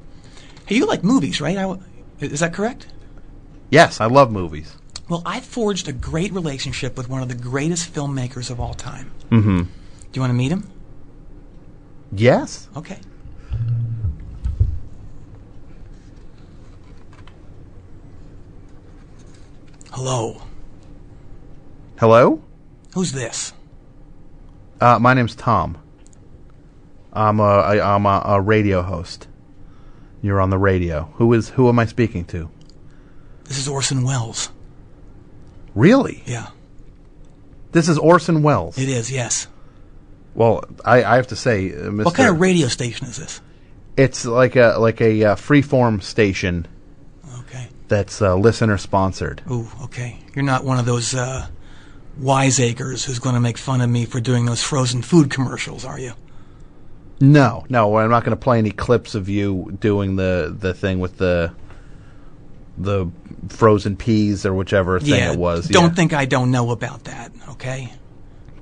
[SPEAKER 2] hey, you like movies, right? I w- is that correct?
[SPEAKER 1] Yes, I love movies.
[SPEAKER 2] Well, I forged a great relationship with one of the greatest filmmakers of all time. Mm-hmm. Do you want to meet him?
[SPEAKER 1] Yes.
[SPEAKER 2] Okay. Hello.
[SPEAKER 1] Hello.
[SPEAKER 2] Who's this?
[SPEAKER 1] Uh, my name's Tom. I'm a I, I'm a, a radio host. You're on the radio. Who is who am I speaking to?
[SPEAKER 2] This is Orson Welles.
[SPEAKER 1] Really?
[SPEAKER 2] Yeah,
[SPEAKER 1] This is Orson Welles.
[SPEAKER 2] it is. Yes.
[SPEAKER 1] Well, I, I have to say, uh, Mr.
[SPEAKER 2] What kind of radio station is this?
[SPEAKER 1] it's like a like a uh, freeform station
[SPEAKER 2] Okay.
[SPEAKER 1] that's uh, listener sponsored.
[SPEAKER 2] Ooh, okay. You're not one of those uh, wiseacres who's going to make fun of me for doing those frozen food commercials, are you?
[SPEAKER 1] No, no, I'm not going to play any clips of you doing the the thing with the the frozen peas or whichever thing it was.
[SPEAKER 2] Don't
[SPEAKER 1] Yeah.
[SPEAKER 2] think I don't know about that. Okay.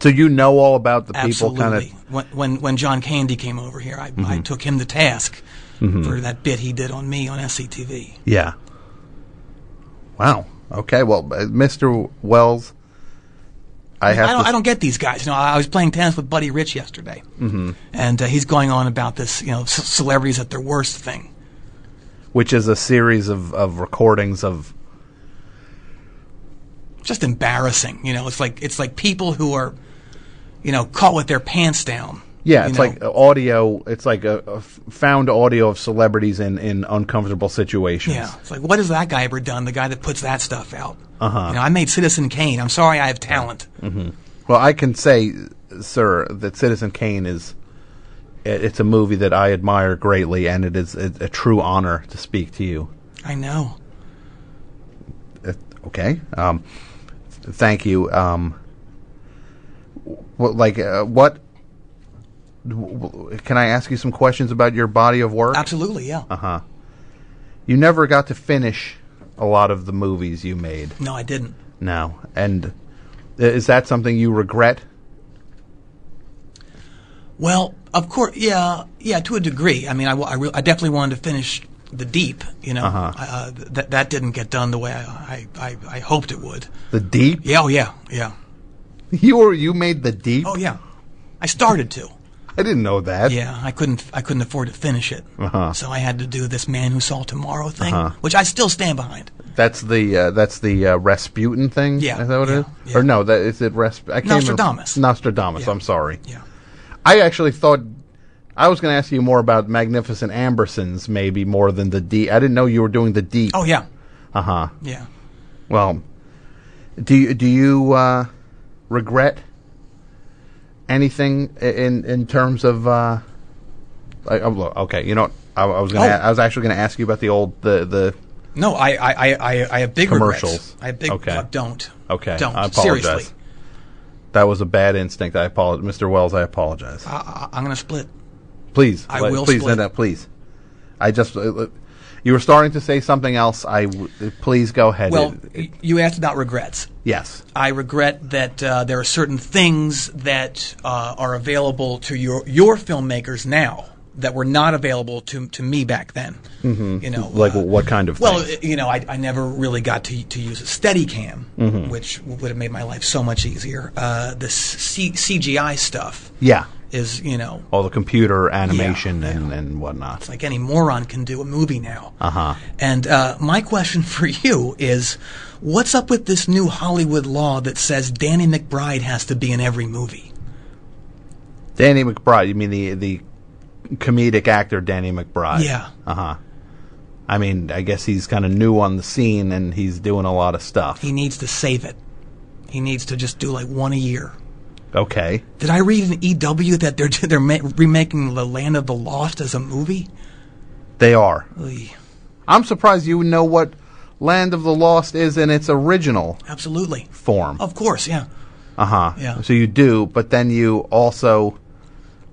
[SPEAKER 1] so. You know all about the people, Mm-hmm. kind
[SPEAKER 2] Absolutely.
[SPEAKER 1] of.
[SPEAKER 2] When, when when John Candy came over here, I, I took him to task
[SPEAKER 1] Mm-hmm.
[SPEAKER 2] for that bit he did on me on SCTV.
[SPEAKER 1] Yeah. Wow. Okay. Well, uh, Mr. Wells, I have
[SPEAKER 2] I don't,
[SPEAKER 1] to.
[SPEAKER 2] I don't get these guys. You know, I I was playing tennis with Buddy Rich yesterday, mm-hmm. and uh, he's going on about this, you know, c- celebrities at their worst thing.
[SPEAKER 1] which is a series of of recordings of
[SPEAKER 2] Just embarrassing. You know, it's like it's like people who are, you know, caught with their pants down.
[SPEAKER 1] Yeah,
[SPEAKER 2] you
[SPEAKER 1] it's
[SPEAKER 2] know.
[SPEAKER 1] like uh, audio. It's like a, a f- found audio of celebrities in, in uncomfortable situations.
[SPEAKER 2] Yeah, it's like what has that guy ever done? The guy that puts that stuff out. Uh-huh. You know, I made Citizen Kane. I'm sorry, I have talent.
[SPEAKER 1] Mm-hmm. Well, I can say, sir, that Citizen Kane is. It, it's a movie that I admire greatly, and it is a, a true honor to speak to you.
[SPEAKER 2] I know.
[SPEAKER 1] Uh, okay. Um, th- thank you. Um, what, like uh, what? w- w- Can I ask you some questions about your body of work?
[SPEAKER 2] Absolutely, yeah.
[SPEAKER 1] Uh-huh. You never got to finish a lot of the movies you made.
[SPEAKER 2] No, I didn't.
[SPEAKER 1] No. And i- is that something you regret?
[SPEAKER 2] Well, of course, yeah, yeah, to a degree. I mean, I, wa- I, re- I definitely wanted to finish the deep. You know,
[SPEAKER 1] Uh-huh.
[SPEAKER 2] uh th- that that didn't get done the way I, I, I, I hoped it would.
[SPEAKER 1] The deep?
[SPEAKER 2] Yeah, oh yeah, yeah,
[SPEAKER 1] You were you made the deep?
[SPEAKER 2] oh yeah. I started to.
[SPEAKER 1] I didn't know that.
[SPEAKER 2] Yeah, I couldn't. I couldn't afford to finish it,
[SPEAKER 1] Uh-huh.
[SPEAKER 2] so I had to do this "Man Who Saw Tomorrow" thing, which I still stand behind.
[SPEAKER 1] That's the uh, that's the uh, Rasputin thing.
[SPEAKER 2] Yeah,
[SPEAKER 1] is that what it
[SPEAKER 2] yeah,
[SPEAKER 1] is?
[SPEAKER 2] yeah.
[SPEAKER 1] Or no, that is it. Rasp- I can't even-
[SPEAKER 2] Nostradamus.
[SPEAKER 1] Nostradamus.
[SPEAKER 2] Yeah.
[SPEAKER 1] I'm sorry.
[SPEAKER 2] Yeah.
[SPEAKER 1] I actually thought I was going to ask you more about Magnificent Ambersons, maybe more than the deep. I didn't know you were doing the deep.
[SPEAKER 2] Oh yeah.
[SPEAKER 1] Uh huh.
[SPEAKER 2] Yeah.
[SPEAKER 1] Well, do you, do you uh, regret anything i- in in terms of? Uh, like, oh, look, okay, you know, what? I, I was gonna,
[SPEAKER 2] Oh.
[SPEAKER 1] I was actually gonna ask you about the old the the.
[SPEAKER 2] No, I I I, I- I have big
[SPEAKER 1] Commercials.
[SPEAKER 2] Regrets. I have big.
[SPEAKER 1] Okay.
[SPEAKER 2] uh, don't.
[SPEAKER 1] Okay,
[SPEAKER 2] Don't.
[SPEAKER 1] I apologize.
[SPEAKER 2] Seriously,
[SPEAKER 1] That was a bad instinct. I apologize, Mr. Wells. I apologize.
[SPEAKER 2] I, I, I'm gonna split.
[SPEAKER 1] please,
[SPEAKER 2] I
[SPEAKER 1] let-
[SPEAKER 2] will
[SPEAKER 1] please,
[SPEAKER 2] split.
[SPEAKER 1] no, no, please. I just, uh, uh, you were starting to say something else. I, w- uh, please go ahead.
[SPEAKER 2] Well,
[SPEAKER 1] It- it-
[SPEAKER 2] y you asked about regrets.
[SPEAKER 1] yes,
[SPEAKER 2] I regret that uh, there are certain things that uh, are available to your your filmmakers now that were not available to to me back then. You know,
[SPEAKER 1] Mm-hmm. Like
[SPEAKER 2] uh,
[SPEAKER 1] what kind of
[SPEAKER 2] well,
[SPEAKER 1] things?
[SPEAKER 2] i- you know, I, I never really got to to use a Steadicam, which would have made my life so much easier. Uh, this C- CGI stuff
[SPEAKER 1] yeah,
[SPEAKER 2] is, you know,
[SPEAKER 1] all the computer animation and and whatnot.
[SPEAKER 2] like any moron can do a movie now.
[SPEAKER 1] Uh-huh.
[SPEAKER 2] And uh, my question *laughs* for you is, what's up with this new Hollywood law that says Danny McBride has to be in every movie?
[SPEAKER 1] Danny McBride. You mean the the comedic actor Danny McBride?
[SPEAKER 2] Yeah.
[SPEAKER 1] Uh huh. I mean, I guess he's kind of new on the scene and he's doing a lot of stuff.
[SPEAKER 2] He needs to save it. He needs to just do like one a year.
[SPEAKER 1] Okay.
[SPEAKER 2] Did I read in EW that they're *laughs* they're ma- remaking The Land of the Lost as a movie?
[SPEAKER 1] They are.
[SPEAKER 2] Oy.
[SPEAKER 1] I'm surprised you know what Land of the Lost is in its original
[SPEAKER 2] Absolutely.
[SPEAKER 1] form.
[SPEAKER 2] Of course, yeah.
[SPEAKER 1] Uh huh.
[SPEAKER 2] Yeah.
[SPEAKER 1] So you do, but then you also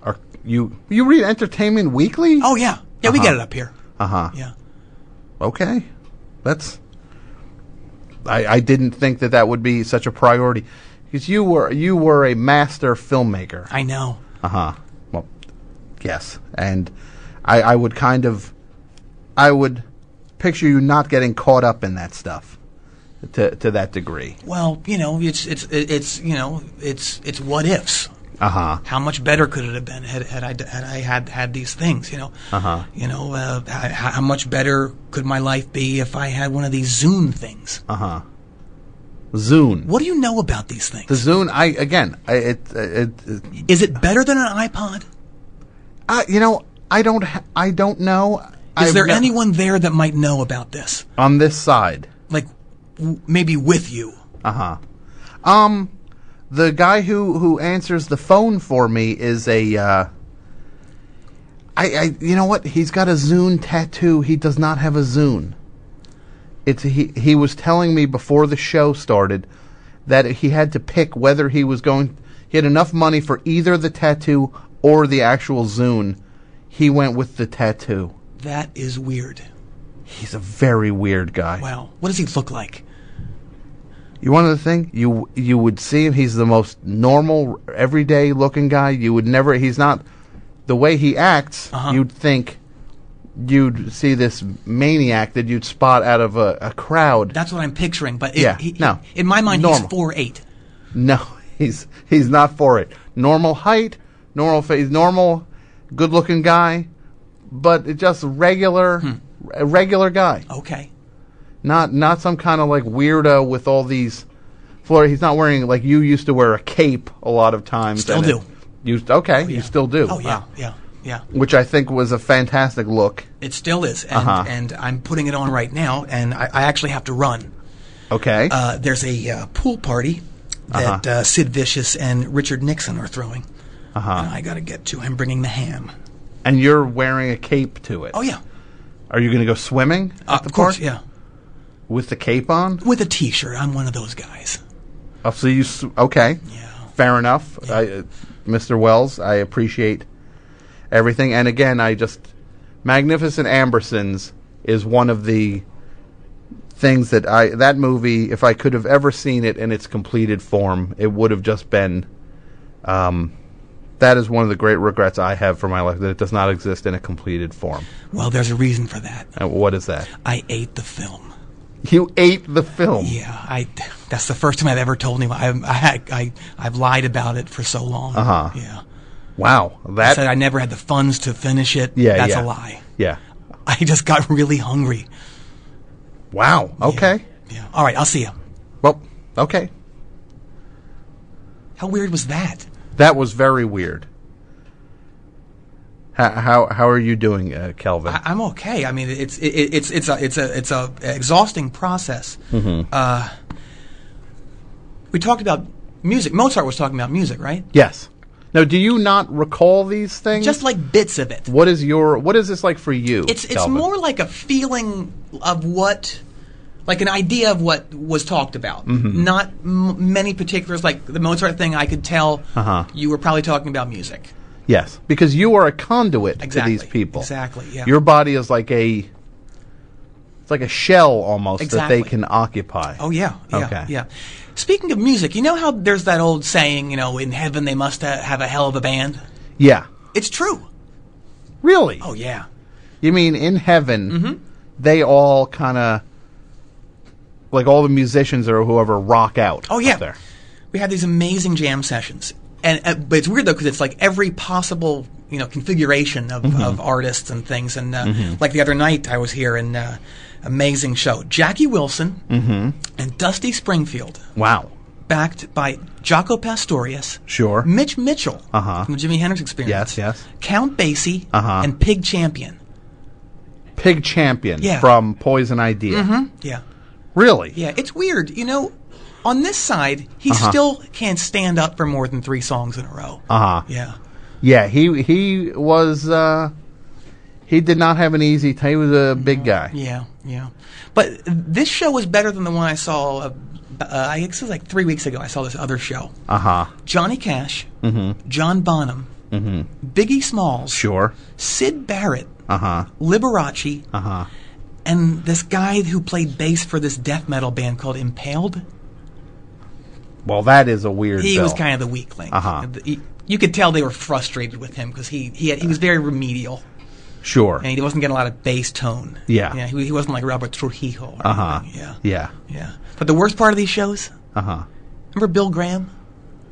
[SPEAKER 1] are you you read Entertainment Weekly?
[SPEAKER 2] Oh yeah. Yeah, we got it up here.
[SPEAKER 1] Uh huh.
[SPEAKER 2] Yeah.
[SPEAKER 1] Okay. That's. I I didn't think that that would be such a priority, because you were you were a master filmmaker.
[SPEAKER 2] I know.
[SPEAKER 1] Uh huh. Well, yes, and I I would kind of, I would picture you not getting caught up in that stuff, to to that degree.
[SPEAKER 2] Well, you know, it's it's it's you know, it's it's what ifs.
[SPEAKER 1] Uh huh.
[SPEAKER 2] How much better could it have been had had I d- had I had had these things? You know.
[SPEAKER 1] Uh-huh.
[SPEAKER 2] You know, uh, how, how much better could my life be if I had one of these Zoom things?
[SPEAKER 1] Uh huh. Zune.
[SPEAKER 2] What do you know about these things?
[SPEAKER 1] The Zune, I again, I, it, it, it,
[SPEAKER 2] Is it better than an iPod?
[SPEAKER 1] I, you know, I don't, ha- I don't know.
[SPEAKER 2] Is
[SPEAKER 1] I've
[SPEAKER 2] there
[SPEAKER 1] no-
[SPEAKER 2] anyone there that might know about this?
[SPEAKER 1] on this side?
[SPEAKER 2] Like, w- maybe with you.
[SPEAKER 1] Uh huh. Um, the guy who who answers the phone for me is a. Uh, I, I, you know what? He's got a Zune tattoo. He does not have a Zune. It's he. He was telling me before the show started that he had to pick whether he was going. He had enough money for either the tattoo or the actual Zune. He went with the tattoo.
[SPEAKER 2] That is weird.
[SPEAKER 1] He's a very weird guy.
[SPEAKER 2] Wow. What does he look like?
[SPEAKER 1] You want to know the thing? You you would see him. He's the most normal, everyday looking guy. You would never. He's not the way he acts.
[SPEAKER 2] Uh-huh.
[SPEAKER 1] You'd think you'd see this maniac that you'd spot out of a, a crowd.
[SPEAKER 2] That's what I'm picturing. But it,
[SPEAKER 1] Yeah,
[SPEAKER 2] he, he-
[SPEAKER 1] no.
[SPEAKER 2] in my mind,
[SPEAKER 1] Normal.
[SPEAKER 2] he's four eight.
[SPEAKER 1] no, *laughs* he's he's not for it. Normal height, normal face, normal, good looking guy, but just regular, a regular guy.
[SPEAKER 2] Okay.
[SPEAKER 1] Not not some kind of like weirdo with all these. Florida, he's not wearing like you used to wear a cape a lot of times.
[SPEAKER 2] Still
[SPEAKER 1] and
[SPEAKER 2] do.
[SPEAKER 1] it- You okay? You still do.
[SPEAKER 2] Oh yeah,
[SPEAKER 1] Wow.
[SPEAKER 2] yeah, yeah.
[SPEAKER 1] Which I think was a fantastic look.
[SPEAKER 2] It still is, and,
[SPEAKER 1] Uh-huh.
[SPEAKER 2] and I'm putting it on right now, and I, I actually have to run.
[SPEAKER 1] Okay.
[SPEAKER 2] Uh, there's a uh, pool party that
[SPEAKER 1] Uh-huh.
[SPEAKER 2] uh Sid Vicious and Richard Nixon are throwing. Uh-huh. And I got to get to. I'm bringing the ham.
[SPEAKER 1] and you're wearing a cape to it.
[SPEAKER 2] Oh yeah,
[SPEAKER 1] Are you going to go swimming
[SPEAKER 2] Uh,
[SPEAKER 1] at the
[SPEAKER 2] of course.
[SPEAKER 1] park
[SPEAKER 2] Yeah,
[SPEAKER 1] with the cape on?
[SPEAKER 2] with a T-shirt. I'm one of those guys.
[SPEAKER 1] Oh, so you s- okay?
[SPEAKER 2] Yeah.
[SPEAKER 1] Fair enough, I, uh, Mr. Wells. I appreciate everything. And again, I just Magnificent Ambersons is one of the things that I that movie. If I could have ever seen it in its completed form, it would have just been. Um, that is one of the great regrets I have for my life that it does not exist in a completed form.
[SPEAKER 2] Well, there's a reason for that.
[SPEAKER 1] And what is that?
[SPEAKER 2] I ate the film.
[SPEAKER 1] You ate the film.
[SPEAKER 2] Yeah, I. That's the first time I've ever told anyone. I, I, I, I've lied about it for so long.
[SPEAKER 1] Uh-huh.
[SPEAKER 2] Yeah.
[SPEAKER 1] Wow.
[SPEAKER 2] I
[SPEAKER 1] That.
[SPEAKER 2] said I never had the funds to finish it.
[SPEAKER 1] yeah.
[SPEAKER 2] That's
[SPEAKER 1] yeah.
[SPEAKER 2] a lie.
[SPEAKER 1] Yeah.
[SPEAKER 2] I just got really hungry.
[SPEAKER 1] Wow. Okay.
[SPEAKER 2] Yeah. All right, I'll see you.
[SPEAKER 1] Well. Okay.
[SPEAKER 2] How weird was that?
[SPEAKER 1] That was very weird. How how, how are you doing, uh, Kelvin?
[SPEAKER 2] I, I'm okay. I mean, it's it, it's it's a it's a it's a exhausting process.
[SPEAKER 1] Mm-hmm.
[SPEAKER 2] Uh, we talked about music. Mozart was talking about music, right?
[SPEAKER 1] yes. Now, do you not recall these things?
[SPEAKER 2] Just like bits of it.
[SPEAKER 1] what is your what is this like for you?
[SPEAKER 2] It's it's
[SPEAKER 1] Kelvin?
[SPEAKER 2] more like a feeling of what, like an idea of what was talked about.
[SPEAKER 1] Mm-hmm.
[SPEAKER 2] Not m- many particulars. Like the Mozart thing, I could tell
[SPEAKER 1] Uh-huh.
[SPEAKER 2] you were probably talking about music.
[SPEAKER 1] yes, because you are a conduit
[SPEAKER 2] Exactly.
[SPEAKER 1] to these people.
[SPEAKER 2] Exactly, yeah.
[SPEAKER 1] Your body is like a it's like a shell almost that they
[SPEAKER 2] Exactly.
[SPEAKER 1] can occupy.
[SPEAKER 2] Oh yeah, yeah,
[SPEAKER 1] Okay.
[SPEAKER 2] yeah. Speaking of music, you know how there's that old saying, you know, in heaven they must ha- have a hell of a band.
[SPEAKER 1] yeah.
[SPEAKER 2] It's true.
[SPEAKER 1] Really?
[SPEAKER 2] Oh yeah. Mm-hmm.
[SPEAKER 1] You mean in heaven, they all kind of like all the musicians or whoever rock out.
[SPEAKER 2] Oh
[SPEAKER 1] up
[SPEAKER 2] yeah.
[SPEAKER 1] there.
[SPEAKER 2] We had these amazing jam sessions, and uh, but it's weird though because it's like every possible you know configuration of,
[SPEAKER 1] Mm-hmm.
[SPEAKER 2] of artists and things. And uh, like the other night, I was here and uh, amazing show. Jackie Wilson
[SPEAKER 1] Mm-hmm.
[SPEAKER 2] and Dusty Springfield,
[SPEAKER 1] Wow.
[SPEAKER 2] backed by Jaco Pastorius,
[SPEAKER 1] Sure.
[SPEAKER 2] Mitch Mitchell
[SPEAKER 1] Uh-huh.
[SPEAKER 2] from the Jimi Hendrix Experience,
[SPEAKER 1] Yes, yes.
[SPEAKER 2] Count Basie,
[SPEAKER 1] Uh-huh.
[SPEAKER 2] and Pig Champion.
[SPEAKER 1] Pig Champion
[SPEAKER 2] Yeah.
[SPEAKER 1] from Poison Idea.
[SPEAKER 2] Yeah.
[SPEAKER 1] Really?
[SPEAKER 2] Yeah, it's weird. You know, on this side, he still can't stand up for more than three songs in a row.
[SPEAKER 1] Uh-huh.
[SPEAKER 2] Yeah.
[SPEAKER 1] Yeah, he he was uh he did not have an easy time. He was a big guy.
[SPEAKER 2] Yeah, yeah. But this show was better than the one I saw, uh, uh, I guess it was like three weeks ago, I saw this other show.
[SPEAKER 1] Uh-huh.
[SPEAKER 2] Johnny Cash, John Bonham, Biggie Smalls,
[SPEAKER 1] Mm-hmm. Sure.
[SPEAKER 2] Sid Barrett,
[SPEAKER 1] Uh-huh.
[SPEAKER 2] Liberace,
[SPEAKER 1] Uh-huh.
[SPEAKER 2] and this guy who played bass for this death metal band called Impaled.
[SPEAKER 1] Well, that is a weird
[SPEAKER 2] He
[SPEAKER 1] bill.
[SPEAKER 2] was kind of the weak link.
[SPEAKER 1] Uh-huh.
[SPEAKER 2] He- you could tell they were frustrated with him because he, he, had, he was very remedial.
[SPEAKER 1] Sure.
[SPEAKER 2] and he wasn't getting a lot of bass tone.
[SPEAKER 1] Yeah.
[SPEAKER 2] yeah, he, he wasn't like Robert Trujillo. Or
[SPEAKER 1] Uh-huh.
[SPEAKER 2] anything. Yeah,
[SPEAKER 1] Yeah.
[SPEAKER 2] yeah. But the worst part of these shows,
[SPEAKER 1] Uh-huh.
[SPEAKER 2] remember Bill Graham?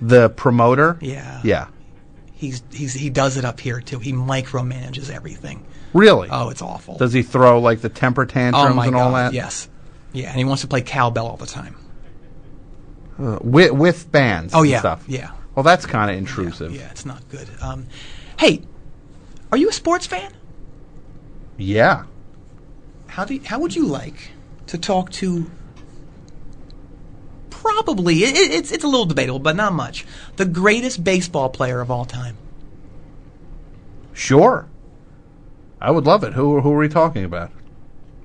[SPEAKER 1] The promoter?
[SPEAKER 2] Yeah,
[SPEAKER 1] Yeah.
[SPEAKER 2] He's he's he does it up here too. He micromanages everything.
[SPEAKER 1] Really?
[SPEAKER 2] Oh, it's awful.
[SPEAKER 1] Does he throw like the temper tantrums
[SPEAKER 2] oh my
[SPEAKER 1] and
[SPEAKER 2] god,
[SPEAKER 1] all that?
[SPEAKER 2] yes, yeah. And he wants to play cowbell all the time.
[SPEAKER 1] Uh, with, with bands
[SPEAKER 2] Oh
[SPEAKER 1] and
[SPEAKER 2] yeah,
[SPEAKER 1] stuff.
[SPEAKER 2] yeah,
[SPEAKER 1] Well, that's kind of intrusive.
[SPEAKER 2] yeah. It's not good. Um, hey, are you a sports fan?
[SPEAKER 1] Yeah.
[SPEAKER 2] How do you, how would you like to talk to? Probably it, it- it's it's a little debatable, but not much. The greatest baseball player of all time.
[SPEAKER 1] Sure. I would love it. Who who are we talking about?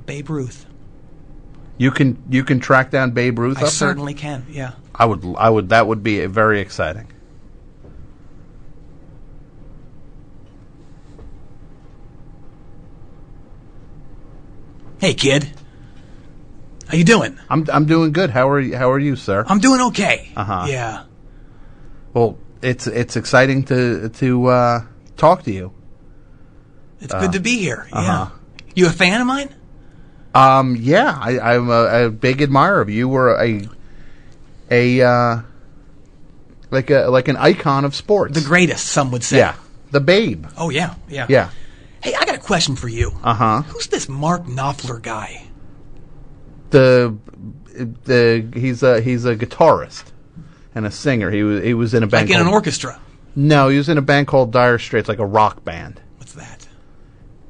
[SPEAKER 2] Babe Ruth.
[SPEAKER 1] You can you can track down Babe Ruth. up
[SPEAKER 2] I
[SPEAKER 1] there?
[SPEAKER 2] certainly can. Yeah.
[SPEAKER 1] I would I would that would be very exciting.
[SPEAKER 2] Hey, kid. How you doing?
[SPEAKER 1] I'm I'm doing good. How are you, how are you, sir?
[SPEAKER 2] I'm doing okay.
[SPEAKER 1] Uh-huh.
[SPEAKER 2] Yeah.
[SPEAKER 1] well, it's it's exciting to to uh, talk to you.
[SPEAKER 2] It's
[SPEAKER 1] Uh,
[SPEAKER 2] good to be here.
[SPEAKER 1] uh-huh.
[SPEAKER 2] Yeah. You a fan of mine?
[SPEAKER 1] Um, yeah, I, I'm a, a big admirer of you. You Were a a uh, like a like an icon of sports.
[SPEAKER 2] The greatest, some would say.
[SPEAKER 1] yeah, the Babe.
[SPEAKER 2] Oh yeah. Yeah.
[SPEAKER 1] Yeah.
[SPEAKER 2] Hey, I got a question for you.
[SPEAKER 1] Uh huh.
[SPEAKER 2] Who's this Mark Knopfler guy?
[SPEAKER 1] The the he's a he's a guitarist and a singer. He was he was in a band
[SPEAKER 2] Like in an
[SPEAKER 1] called-
[SPEAKER 2] orchestra.
[SPEAKER 1] No, he was in a band called Dire Straits, like a rock band.
[SPEAKER 2] What's that?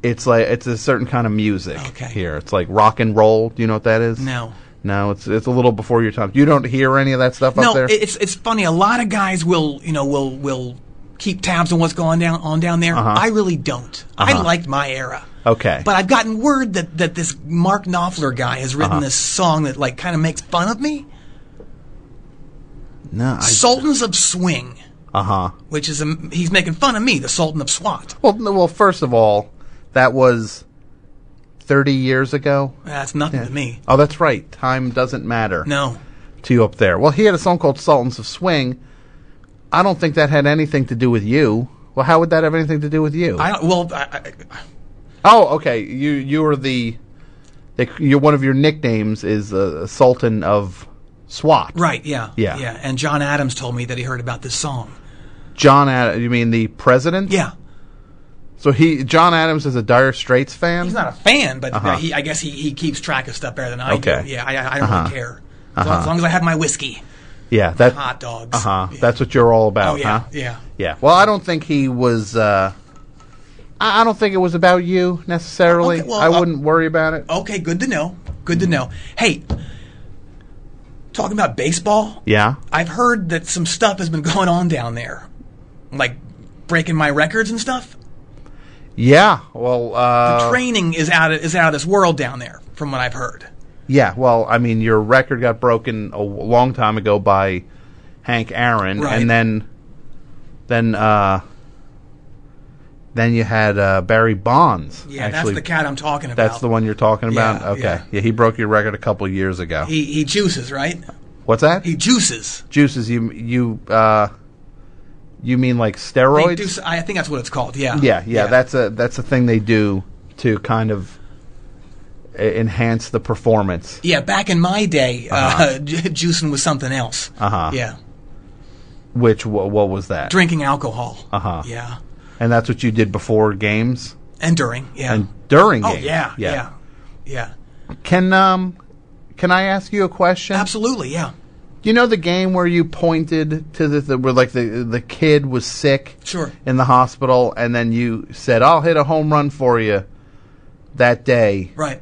[SPEAKER 1] it's like it's a certain kind of music
[SPEAKER 2] Okay.
[SPEAKER 1] here. It's like rock and roll. Do you know what that is?
[SPEAKER 2] No.
[SPEAKER 1] No, it's it's a little before your time. You don't hear any of that stuff up
[SPEAKER 2] No,
[SPEAKER 1] there.
[SPEAKER 2] it- it's it's funny. A lot of guys will you know will will keep tabs on what's going down on down there.
[SPEAKER 1] Uh-huh.
[SPEAKER 2] I really don't. I liked my era.
[SPEAKER 1] Okay.
[SPEAKER 2] But I've gotten word that, that this Mark Knopfler guy has written
[SPEAKER 1] Uh-huh.
[SPEAKER 2] this song that like kind of makes fun of me.
[SPEAKER 1] no. I,
[SPEAKER 2] Sultans of Swing,
[SPEAKER 1] uh-huh.
[SPEAKER 2] which is a, he's making fun of me, the Sultan of Swat.
[SPEAKER 1] Well, no, well, first of all, that was 30 years ago.
[SPEAKER 2] That's nothing to me.
[SPEAKER 1] Oh, that's right. Time doesn't matter
[SPEAKER 2] No.
[SPEAKER 1] to you up there. Well, he had a song called Sultans of Swing. I don't think that had anything to do with you. Well, how would that have anything to do with you?
[SPEAKER 2] I don't, well, I, I,
[SPEAKER 1] oh, okay. You you are the, the you one of your nicknames is uh, Sultan of SWAT.
[SPEAKER 2] right, yeah,
[SPEAKER 1] Yeah.
[SPEAKER 2] yeah. And John Adams told me that he heard about this song.
[SPEAKER 1] John Adams. You mean the president?
[SPEAKER 2] Yeah,
[SPEAKER 1] So he, John Adams, is a Dire Straits fan.
[SPEAKER 2] he's not a fan, but he, I guess he, he keets track of stuff better than I
[SPEAKER 1] Uh-huh. Okay. Uh-huh.
[SPEAKER 2] do. Yeah, I, I- I don't really care. As, long, as long as I have my whiskey,
[SPEAKER 1] yeah, that.
[SPEAKER 2] hot dogs.
[SPEAKER 1] Uh huh.
[SPEAKER 2] Yeah.
[SPEAKER 1] That's what you're all about,
[SPEAKER 2] oh yeah,
[SPEAKER 1] huh?
[SPEAKER 2] yeah.
[SPEAKER 1] Yeah. Well, I don't think he was. Uh, I, I don't think it was about you necessarily.
[SPEAKER 2] Okay, well,
[SPEAKER 1] I
[SPEAKER 2] uh,
[SPEAKER 1] wouldn't worry about it.
[SPEAKER 2] Okay, good to know. Good to
[SPEAKER 1] Mm-hmm.
[SPEAKER 2] know. Hey, talking about baseball.
[SPEAKER 1] Yeah.
[SPEAKER 2] I've heard that some stuff has been *laughs* going on down there, like breaking my records and stuff.
[SPEAKER 1] Yeah. Well. Uh,
[SPEAKER 2] Training is out of, is out of this world down there, from what I've heard.
[SPEAKER 1] yeah. Well, I mean, your record got broken a w- long time ago by Hank Aaron,
[SPEAKER 2] Right.
[SPEAKER 1] and then, then, uh, then you had uh, Barry Bonds.
[SPEAKER 2] Yeah,
[SPEAKER 1] actually
[SPEAKER 2] that's the cat I'm talking about.
[SPEAKER 1] That's the one you're talking about.
[SPEAKER 2] Yeah,
[SPEAKER 1] okay.
[SPEAKER 2] yeah.
[SPEAKER 1] Yeah. he broke your record a couple years ago.
[SPEAKER 2] He he juices, right?
[SPEAKER 1] What's that?
[SPEAKER 2] He juices.
[SPEAKER 1] Juices. You you uh, You mean like
[SPEAKER 2] They
[SPEAKER 1] steroids?
[SPEAKER 2] do, s- I think that's what it's called. Yeah.
[SPEAKER 1] yeah, yeah, That's a that's a thing they do to kind of e- enhance the performance.
[SPEAKER 2] Yeah, back in my day, uh *laughs* juicing was something else.
[SPEAKER 1] Uh-huh.
[SPEAKER 2] Yeah,
[SPEAKER 1] Which wha- what was that?
[SPEAKER 2] drinking alcohol.
[SPEAKER 1] Uh-huh.
[SPEAKER 2] Yeah,
[SPEAKER 1] And that's what you did before games
[SPEAKER 2] and during. Yeah.
[SPEAKER 1] and during
[SPEAKER 2] oh
[SPEAKER 1] games.
[SPEAKER 2] yeah, yeah, yeah,
[SPEAKER 1] Can um, can I ask you a question?
[SPEAKER 2] Absolutely. Yeah.
[SPEAKER 1] You know the game where you pointed to the, the where like the the kid was sick
[SPEAKER 2] Sure.
[SPEAKER 1] in the hospital, and then you said, "I'll hit a home run for you." That day,
[SPEAKER 2] Right.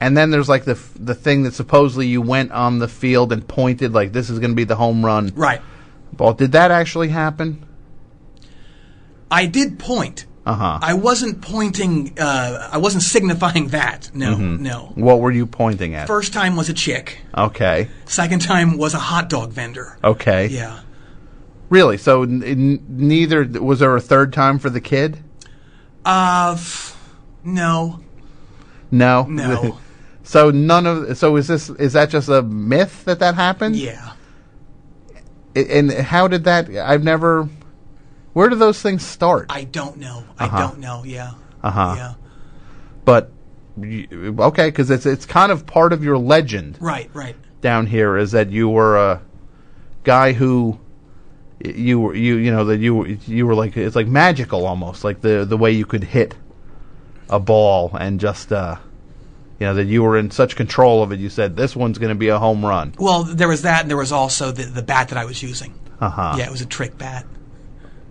[SPEAKER 1] And then there's like the f- the thing that supposedly you went on the field and pointed like this is going to be the home run
[SPEAKER 2] Right.
[SPEAKER 1] ball. Did that actually happen?
[SPEAKER 2] I did point.
[SPEAKER 1] Uh huh.
[SPEAKER 2] I wasn't pointing. Uh, I wasn't signifying that. No,
[SPEAKER 1] Mm-hmm.
[SPEAKER 2] no.
[SPEAKER 1] What were you pointing at?
[SPEAKER 2] First time was a chick.
[SPEAKER 1] Okay.
[SPEAKER 2] Second time was a hot dog vendor.
[SPEAKER 1] Okay.
[SPEAKER 2] Yeah.
[SPEAKER 1] Really? So n- n- neither was there a third time for the kid?
[SPEAKER 2] Uh, f- no,
[SPEAKER 1] No. *laughs*
[SPEAKER 2] no.
[SPEAKER 1] so none of so is this is that just a myth that that happened?
[SPEAKER 2] yeah.
[SPEAKER 1] I- And how did that? I've never. Where do those things start?
[SPEAKER 2] I don't know. I don't know. Yeah.
[SPEAKER 1] Uh-huh.
[SPEAKER 2] Yeah.
[SPEAKER 1] but y- okay, because it's it's kind of part of your legend.
[SPEAKER 2] Right. Right.
[SPEAKER 1] down here is that you were a guy who you were you you know that you were- you were like it's like magical almost like the the way you could hit a ball and just uh you know that you were in such control of it you said this one's going to be a home run
[SPEAKER 2] Well, there was that, and there was also the the bat that I was using.
[SPEAKER 1] uh-huh
[SPEAKER 2] Yeah, it was a trick bat.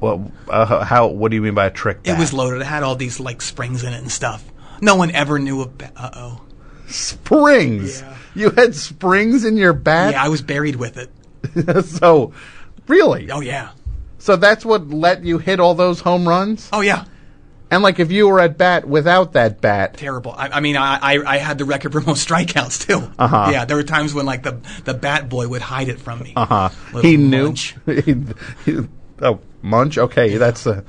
[SPEAKER 1] well uh, how what do you mean by a trick
[SPEAKER 2] It
[SPEAKER 1] bat?
[SPEAKER 2] was loaded. It had all these like springs in it and stuff. No one ever knew about. Uh oh.
[SPEAKER 1] springs
[SPEAKER 2] Yeah.
[SPEAKER 1] you had springs in your
[SPEAKER 2] Yeah,
[SPEAKER 1] bat
[SPEAKER 2] I was buried with it.
[SPEAKER 1] *laughs* so really
[SPEAKER 2] Oh yeah.
[SPEAKER 1] so that's what let you hit all those home runs
[SPEAKER 2] Oh yeah.
[SPEAKER 1] and like if you were at bat without that bat
[SPEAKER 2] Terrible. I, I mean, I, I I had the record for *laughs* most strikeouts too.
[SPEAKER 1] Uh-huh.
[SPEAKER 2] Yeah, there were times when like the the bat boy would hide it from me.
[SPEAKER 1] Uh-huh.
[SPEAKER 2] Little
[SPEAKER 1] He knew.
[SPEAKER 2] munch.
[SPEAKER 1] *laughs* he, he- oh, Munch. Okay, that's uh,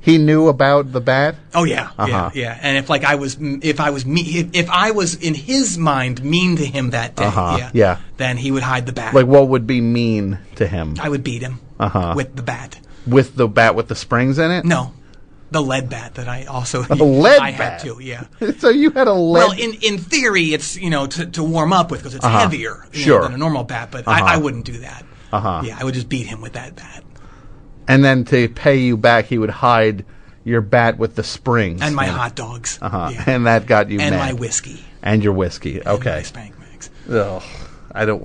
[SPEAKER 1] he knew about the bat.
[SPEAKER 2] Oh yeah,
[SPEAKER 1] Uh-huh.
[SPEAKER 2] yeah, yeah. And if like I was, if I was me, if, if I was in his mind mean to him that day,
[SPEAKER 1] Uh-huh,
[SPEAKER 2] yeah,
[SPEAKER 1] yeah.
[SPEAKER 2] then he would hide the bat.
[SPEAKER 1] Like Uh-huh. what would be mean to him
[SPEAKER 2] I would beat him with the bat.
[SPEAKER 1] with the bat with the springs in it?
[SPEAKER 2] No, the lead bat that I also
[SPEAKER 1] *laughs*
[SPEAKER 2] *laughs*
[SPEAKER 1] the lead
[SPEAKER 2] I
[SPEAKER 1] bat.
[SPEAKER 2] had to, yeah.
[SPEAKER 1] *laughs* so you had a lead.
[SPEAKER 2] Well, in, in theory, it's you know to, to warm up with because it's heavier you know,
[SPEAKER 1] Uh-huh. Sure.
[SPEAKER 2] than a normal bat, but I, I wouldn't do that.
[SPEAKER 1] Uh-huh.
[SPEAKER 2] Yeah, I would just beat him with that bat
[SPEAKER 1] and then to pay you back, he would hide your bat with the springs
[SPEAKER 2] and my
[SPEAKER 1] in it.
[SPEAKER 2] hot dogs,
[SPEAKER 1] Uh-huh.
[SPEAKER 2] *laughs* yeah.
[SPEAKER 1] *laughs* and that got you
[SPEAKER 2] And
[SPEAKER 1] mad.
[SPEAKER 2] my whiskey,
[SPEAKER 1] and your whiskey.
[SPEAKER 2] And
[SPEAKER 1] Okay.
[SPEAKER 2] my spank max.
[SPEAKER 1] Ugh, I don't.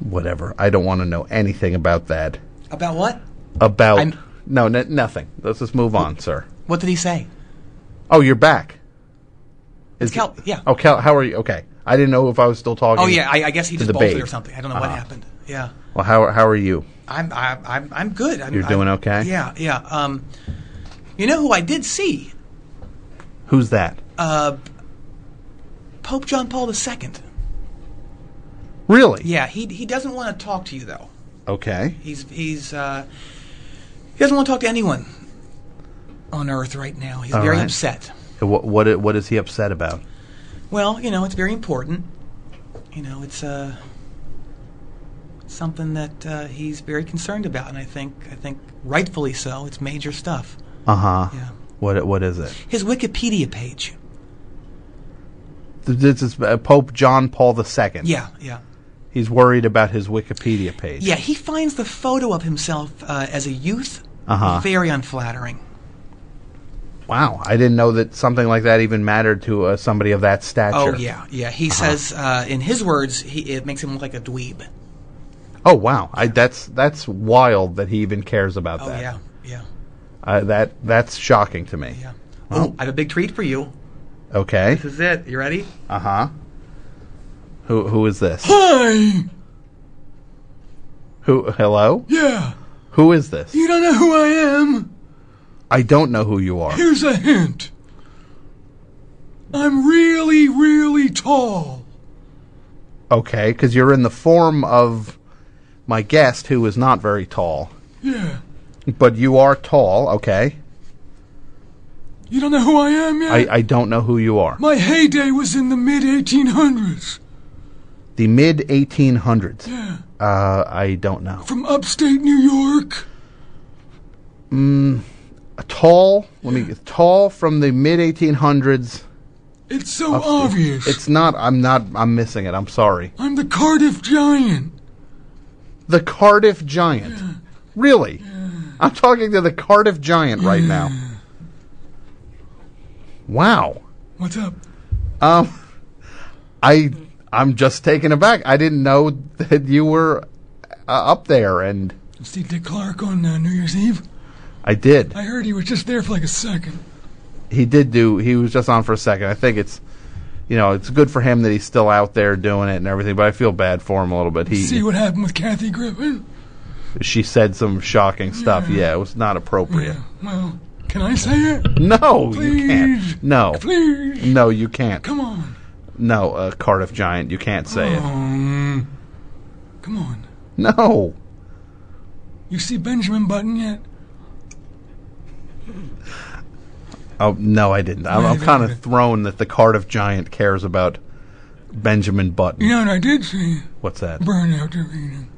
[SPEAKER 1] Whatever. I don't want to know anything about that.
[SPEAKER 2] About what?
[SPEAKER 1] About
[SPEAKER 2] I'm-
[SPEAKER 1] no, n- nothing. Let's just move on, sir.
[SPEAKER 2] What did he say?
[SPEAKER 1] Oh, you're back. Is
[SPEAKER 2] Cal- yeah.
[SPEAKER 1] Oh, Cal, how are you? Okay, I didn't know if I was still talking.
[SPEAKER 2] Oh yeah, I, I guess he
[SPEAKER 1] to
[SPEAKER 2] just
[SPEAKER 1] the Uh-huh.
[SPEAKER 2] bolted
[SPEAKER 1] babe.
[SPEAKER 2] or something. I don't know what happened. Yeah,
[SPEAKER 1] Well, how how are you?
[SPEAKER 2] I'm I, I'm I'm good. I'm,
[SPEAKER 1] You're doing
[SPEAKER 2] I'm-
[SPEAKER 1] okay?
[SPEAKER 2] Yeah, yeah. Um, you know who I did see?
[SPEAKER 1] Who's that?
[SPEAKER 2] Uh, Pope John Paul II.
[SPEAKER 1] really?
[SPEAKER 2] Yeah, he he doesn't want to talk to you though.
[SPEAKER 1] Okay.
[SPEAKER 2] He's he's uh, he doesn't want to talk to anyone on Earth right now. He's very
[SPEAKER 1] right.
[SPEAKER 2] upset.
[SPEAKER 1] What what i- what is he upset about?
[SPEAKER 2] Well, you know, it's very important. You know, it's uh, something that uh, he's very concerned about, and I think I think rightfully so. It's major stuff.
[SPEAKER 1] Uh huh.
[SPEAKER 2] Yeah.
[SPEAKER 1] What what is it?
[SPEAKER 2] His Wikipedia page.
[SPEAKER 1] Th- This is uh, Pope John Paul II.
[SPEAKER 2] Yeah, yeah,
[SPEAKER 1] He's worried about his Wikipedia page.
[SPEAKER 2] yeah. He finds the photo of himself uh, as a youth
[SPEAKER 1] Uh-huh.
[SPEAKER 2] very unflattering.
[SPEAKER 1] Wow, I didn't know that something like that even mattered to uh, somebody of that stature.
[SPEAKER 2] Oh yeah, yeah. He says, uh, in his words, he, it makes him look like a dweeb.
[SPEAKER 1] Oh wow, I, that's that's wild that he even cares about
[SPEAKER 2] Oh
[SPEAKER 1] that.
[SPEAKER 2] yeah, yeah,
[SPEAKER 1] Uh, that that's shocking to me.
[SPEAKER 2] yeah. oh, I have a big treat for you.
[SPEAKER 1] Okay.
[SPEAKER 2] This is it. You ready?
[SPEAKER 1] Uh huh. Who who is this?
[SPEAKER 2] Hi.
[SPEAKER 1] who hello?
[SPEAKER 2] Yeah.
[SPEAKER 1] Who is this?
[SPEAKER 2] You don't know who I am.
[SPEAKER 1] I don't know who you are.
[SPEAKER 2] Here's a hint. I'm really, really tall.
[SPEAKER 1] Okay, because you're in the form of my guest, who is not very tall,
[SPEAKER 2] Yeah.
[SPEAKER 1] but you are tall. Okay.
[SPEAKER 2] You don't know who I am yet?
[SPEAKER 1] I, I don't know who you are.
[SPEAKER 2] My heyday was in the mid 1800s
[SPEAKER 1] The mid 1800s. Uh, I don't know.
[SPEAKER 2] from upstate New York.
[SPEAKER 1] tall. Let me tall from the mid 1800s.
[SPEAKER 3] It's so obvious.
[SPEAKER 1] It's not. I'm not. I'm missing it. I'm sorry.
[SPEAKER 3] I'm the Cardiff Giant.
[SPEAKER 1] The Cardiff Giant. Really? I'm talking to the Cardiff Giant right now. Wow.
[SPEAKER 3] What's up?
[SPEAKER 1] I I'm just taken aback. I didn't know that you were uh, up there, and
[SPEAKER 3] Steve Dick Clark on uh, New Year's Eve.
[SPEAKER 1] I did.
[SPEAKER 3] I heard he was just there for like a second.
[SPEAKER 1] He did do. He was just on for a second. I think it's. You know, it's good for him that he's still out there doing it and everything, but I feel bad for him a little bit. He
[SPEAKER 3] See what happened with Kathy Griffin?
[SPEAKER 1] she said some shocking stuff. Yeah, it was not appropriate.
[SPEAKER 3] Well, can I say it?
[SPEAKER 1] No, you
[SPEAKER 3] Please.
[SPEAKER 1] can't. No. Mm.
[SPEAKER 3] Please.
[SPEAKER 1] No, you can't.
[SPEAKER 3] Come on.
[SPEAKER 1] No, uh, Cardiff Giant, you can't say it.
[SPEAKER 3] Um, come on.
[SPEAKER 1] No.
[SPEAKER 3] You see Benjamin Button yet?
[SPEAKER 1] Oh no, I didn't. I'm, I'm
[SPEAKER 3] Right,
[SPEAKER 1] kind of
[SPEAKER 3] right.
[SPEAKER 1] thrown that the Cardiff Giant cares about Benjamin Button.
[SPEAKER 3] You know what I did see?
[SPEAKER 1] What's that?
[SPEAKER 3] Burn after reading.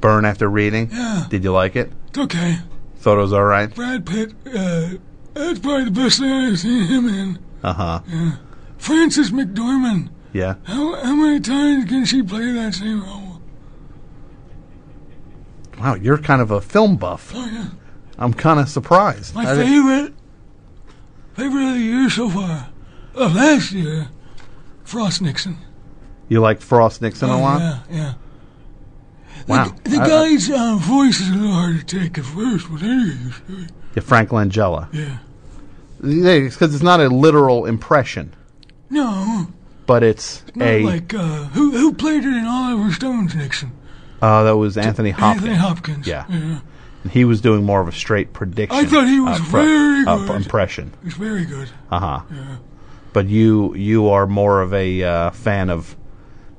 [SPEAKER 1] Burn after reading.
[SPEAKER 3] Yeah.
[SPEAKER 1] Did you like it?
[SPEAKER 3] It's okay.
[SPEAKER 1] Thought it was all right.
[SPEAKER 3] Brad Pitt, uh, that's probably the best thing I've seen him in.
[SPEAKER 1] Uh huh.
[SPEAKER 3] Frances McDormand.
[SPEAKER 1] Yeah.
[SPEAKER 3] How, how many times can she play that same role?
[SPEAKER 1] Wow, you're kind of a film buff.
[SPEAKER 3] Oh, yeah.
[SPEAKER 1] I'm kind of surprised.
[SPEAKER 3] My
[SPEAKER 1] I didn't-
[SPEAKER 3] favorite, favorite of the year so far, of last year, Frost Nixon.
[SPEAKER 1] you like Frost Nixon a lot?
[SPEAKER 3] Oh, Yeah, yeah.
[SPEAKER 1] Wow.
[SPEAKER 3] The
[SPEAKER 1] I- I-
[SPEAKER 3] guy's uh, voice is a little hard to take at first, but there he is.
[SPEAKER 1] yeah, Frank Langella.
[SPEAKER 3] Yeah.
[SPEAKER 1] Because it's not a literal impression,
[SPEAKER 3] No,
[SPEAKER 1] but it's
[SPEAKER 3] not
[SPEAKER 1] a.
[SPEAKER 3] like, uh, who, who played it in Oliver Stone's Nixon?
[SPEAKER 1] uh, that was Anthony Hopkins.
[SPEAKER 3] Anthony Hopkins.
[SPEAKER 1] Yeah.
[SPEAKER 3] yeah.
[SPEAKER 1] And he was doing more of a straight prediction.
[SPEAKER 3] I thought he was
[SPEAKER 1] uh,
[SPEAKER 3] very
[SPEAKER 1] uh,
[SPEAKER 3] good.
[SPEAKER 1] impression.
[SPEAKER 3] He's very good.
[SPEAKER 1] Uh huh. But you you are more of a uh, fan of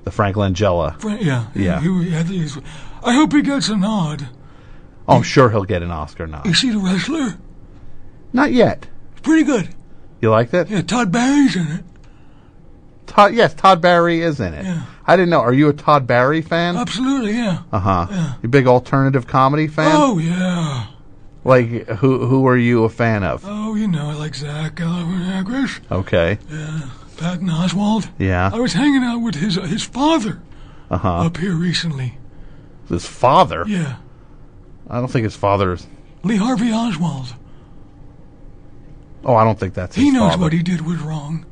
[SPEAKER 1] the Frank Langella.
[SPEAKER 3] Fran- yeah.
[SPEAKER 1] Yeah.
[SPEAKER 3] He, he- I, think he's, I hope he gets a nod.
[SPEAKER 1] Oh, I'm sure he'll get an Oscar now.
[SPEAKER 3] You see the wrestler?
[SPEAKER 1] Not yet.
[SPEAKER 3] Pretty good.
[SPEAKER 1] You liked it?
[SPEAKER 3] Yeah, Todd Barry's in it.
[SPEAKER 1] Todd, yes, Todd Barry is in it.
[SPEAKER 3] Yeah.
[SPEAKER 1] I didn't know. Are you a Todd Barry fan?
[SPEAKER 3] Absolutely, yeah.
[SPEAKER 1] Uh huh. You big alternative comedy fan?
[SPEAKER 3] Oh, yeah.
[SPEAKER 1] Like who who are you a fan of?
[SPEAKER 3] Oh, you know, I like Zach Galifianakis,
[SPEAKER 1] Okay.
[SPEAKER 3] Patton Oswald.
[SPEAKER 1] Yeah.
[SPEAKER 3] I was hanging out with his his father
[SPEAKER 1] Uh huh.
[SPEAKER 3] up here recently.
[SPEAKER 1] His father.
[SPEAKER 3] Yeah,
[SPEAKER 1] I don't think his father's.
[SPEAKER 3] Lee Harvey Oswald.
[SPEAKER 1] Oh, I don't think that's his
[SPEAKER 3] He knows
[SPEAKER 1] father.
[SPEAKER 3] what he did was wrong.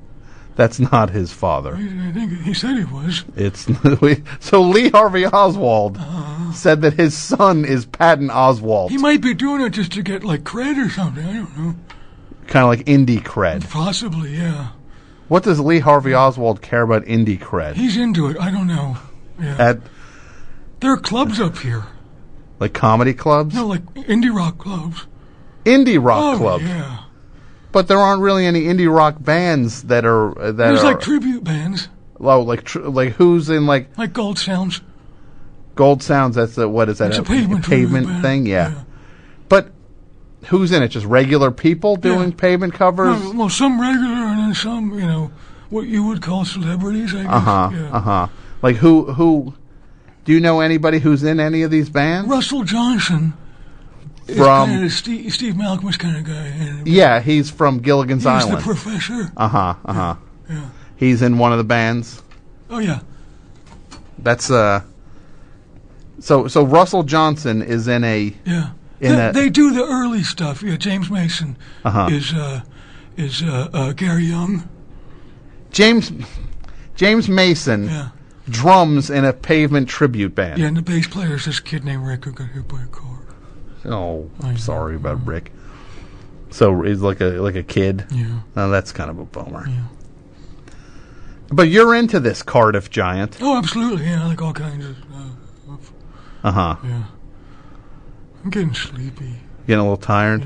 [SPEAKER 1] That's not his father.
[SPEAKER 3] I I think he said he was.
[SPEAKER 1] It's *laughs* we, so Lee Harvey Oswald said that his son is Patton Oswald,
[SPEAKER 3] Uh-huh. He might be doing it just to get like cred or something. I don't know.
[SPEAKER 1] kind of like indie cred.
[SPEAKER 3] Possibly, yeah.
[SPEAKER 1] What does Lee Harvey Oswald care about indie cred?
[SPEAKER 3] He's into it. I don't know. Yeah.
[SPEAKER 1] At
[SPEAKER 3] there are clubs up here.
[SPEAKER 1] like comedy clubs,
[SPEAKER 3] No, like indie rock clubs.
[SPEAKER 1] indie rock
[SPEAKER 3] oh,
[SPEAKER 1] clubs,
[SPEAKER 3] yeah.
[SPEAKER 1] but there aren't really any indie rock bands that are uh, that
[SPEAKER 3] There's
[SPEAKER 1] are
[SPEAKER 3] like tribute bands,
[SPEAKER 1] oh, like tr- like who's in like
[SPEAKER 3] like Gold Sounds.
[SPEAKER 1] Gold Sounds? That's the, what is that
[SPEAKER 3] It's a pavement tribute band.
[SPEAKER 1] thing? Yeah.
[SPEAKER 3] Yeah.
[SPEAKER 1] but who's in it? Just regular people doing
[SPEAKER 3] Yeah.
[SPEAKER 1] pavement covers.
[SPEAKER 3] No, well, some regular and then some, you know, what you would call celebrities, I guess.
[SPEAKER 1] Uh huh.
[SPEAKER 3] yeah.
[SPEAKER 1] Uh huh. Like who? Who? Do you know anybody who's in any of these bands?
[SPEAKER 3] Russell Johnson is
[SPEAKER 1] From-
[SPEAKER 3] kind of Steve, Steve Malcolm's kind of guy. And
[SPEAKER 1] Yeah, he's from Gilligan's
[SPEAKER 3] he's the
[SPEAKER 1] Island.
[SPEAKER 3] professor.
[SPEAKER 1] Uh huh. Uh huh.
[SPEAKER 3] yeah.
[SPEAKER 1] He's in one of the bands.
[SPEAKER 3] Oh, yeah.
[SPEAKER 1] That's uh. So so Russell Johnson is in a
[SPEAKER 3] Yeah.
[SPEAKER 1] In Uh-huh.
[SPEAKER 3] they,
[SPEAKER 1] a-
[SPEAKER 3] they do the early stuff. Yeah, James Mason is uh, is uh, uh, Gary Young.
[SPEAKER 1] James James Mason
[SPEAKER 3] Yeah.
[SPEAKER 1] drums in a pavement tribute band.
[SPEAKER 3] Yeah, and the bass player is this kid named Rick who got hit by a car.
[SPEAKER 1] Oh, I'm sorry about Rick. So he's like a like a kid.
[SPEAKER 3] Yeah.
[SPEAKER 1] Oh, that's kind of a bummer. But you're into this Cardiff Giant.
[SPEAKER 3] Oh, absolutely. Yeah, I like all kinds of uh, of-
[SPEAKER 1] Uh huh.
[SPEAKER 3] Yeah. I'm getting sleepy.
[SPEAKER 1] Getting a little tired.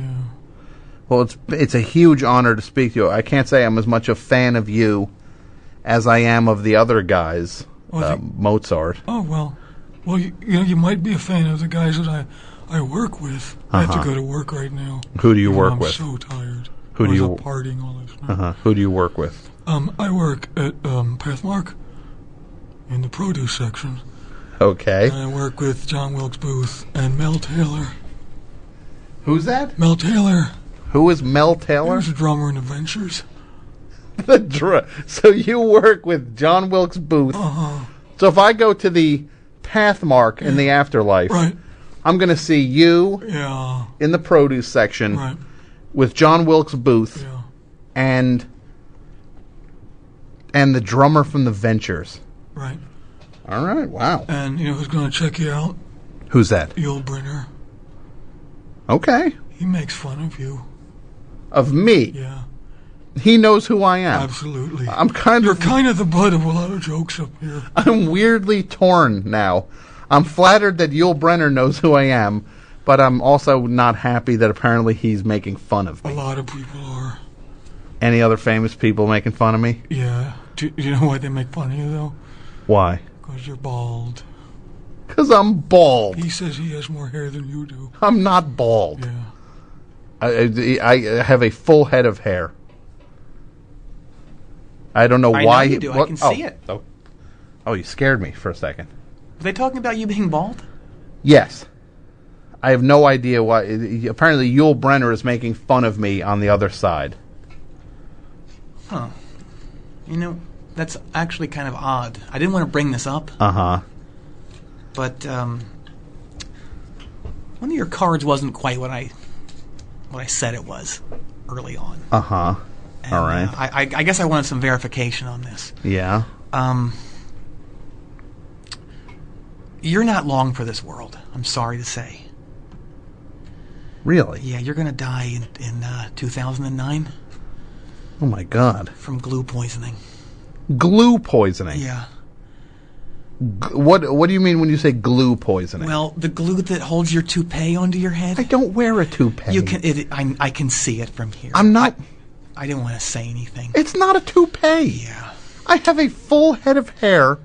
[SPEAKER 1] Well, it's it's a huge honor to speak to you. I can't say I'm as much a fan of you as I am of the other guys,
[SPEAKER 3] Well, I
[SPEAKER 1] uh,
[SPEAKER 3] think-
[SPEAKER 1] Mozart.
[SPEAKER 3] Oh well, well you, you know you might be a fan of the guys that I I work with. I have to go to work right now.
[SPEAKER 1] Uh-huh. Who do you work
[SPEAKER 3] I'm
[SPEAKER 1] with?
[SPEAKER 3] so tired.
[SPEAKER 1] Who
[SPEAKER 3] I
[SPEAKER 1] do
[SPEAKER 3] was
[SPEAKER 1] you- Uh-huh.
[SPEAKER 3] out partying all this? night.
[SPEAKER 1] Uh, who do you work with?
[SPEAKER 3] Um, I work at um, Pathmark in the produce section.
[SPEAKER 1] Okay.
[SPEAKER 3] And I work with John Wilkes Booth and Mel Taylor.
[SPEAKER 1] Who's that?
[SPEAKER 3] Mel Taylor,
[SPEAKER 1] Who is Mel
[SPEAKER 3] He
[SPEAKER 1] *laughs* Taylor?
[SPEAKER 3] was a drummer in The Ventures.
[SPEAKER 1] the dr- so you work with John Wilkes Booth.
[SPEAKER 3] Uh-huh.
[SPEAKER 1] So if I go to the path mark in the afterlife,
[SPEAKER 3] Right.
[SPEAKER 1] I'm going to see you
[SPEAKER 3] Yeah.
[SPEAKER 1] in the produce section
[SPEAKER 3] Right.
[SPEAKER 1] with John Wilkes Booth
[SPEAKER 3] Yeah.
[SPEAKER 1] and and the drummer from the Ventures.
[SPEAKER 3] Right.
[SPEAKER 1] All right, wow.
[SPEAKER 3] And you know who's going to check you out?
[SPEAKER 1] Who's that?
[SPEAKER 3] Yul Brynner.
[SPEAKER 1] Okay.
[SPEAKER 3] He makes fun of you.
[SPEAKER 1] Of me.
[SPEAKER 3] Yeah.
[SPEAKER 1] He knows who I am.
[SPEAKER 3] Absolutely.
[SPEAKER 1] I'm kind
[SPEAKER 3] You're
[SPEAKER 1] of
[SPEAKER 3] kind of the butt of a lot of jokes up here.
[SPEAKER 1] I'm weirdly torn now. I'm flattered that Yul Brenner knows who I am, but I'm also not happy that apparently he's making fun of
[SPEAKER 3] A
[SPEAKER 1] me.
[SPEAKER 3] lot of people are.
[SPEAKER 1] Any other famous people making fun of me?
[SPEAKER 3] Yeah. Do, do you know why they make fun of you though?
[SPEAKER 1] Why?
[SPEAKER 3] Because you're bald.
[SPEAKER 1] Cuz I'm bald.
[SPEAKER 3] He says he has more hair than you do.
[SPEAKER 1] I'm not bald.
[SPEAKER 3] Yeah.
[SPEAKER 1] I, I, I have a full head of hair. I don't know
[SPEAKER 2] I know
[SPEAKER 1] why.
[SPEAKER 2] you
[SPEAKER 1] he-
[SPEAKER 2] do. I
[SPEAKER 1] what-
[SPEAKER 2] can
[SPEAKER 1] oh,
[SPEAKER 2] see it.
[SPEAKER 1] Oh. oh, you scared me for a second.
[SPEAKER 2] Were they talking about you being bald?
[SPEAKER 1] Yes. I have no idea why. Apparently, Yul Brenner is making fun of me on the other side.
[SPEAKER 2] Huh. You know, that's actually kind of odd. I didn't want to bring this up,
[SPEAKER 1] Uh huh.
[SPEAKER 2] but um, one of your cards wasn't quite what I what I said it was early on.
[SPEAKER 1] Uh huh.
[SPEAKER 2] And,
[SPEAKER 1] All right.
[SPEAKER 2] uh, I, I, I guess I wanted some verification on this.
[SPEAKER 1] Yeah.
[SPEAKER 2] Um, you're not long for this world. I'm sorry to say.
[SPEAKER 1] Really?
[SPEAKER 2] Yeah, you're gonna die in, in uh, 2009
[SPEAKER 1] Oh my God.
[SPEAKER 2] from glue poisoning.
[SPEAKER 1] Glue poisoning.
[SPEAKER 2] Yeah.
[SPEAKER 1] G- what What do you mean when you say glue poisoning?
[SPEAKER 2] Well, the glue that holds your toupee onto your head.
[SPEAKER 1] I don't wear a toupee.
[SPEAKER 2] You can. It, I, I can see it from here.
[SPEAKER 1] I'm not.
[SPEAKER 2] I didn't want to say anything.
[SPEAKER 1] It's not a toupee.
[SPEAKER 2] yeah.
[SPEAKER 1] I have a full head of hair,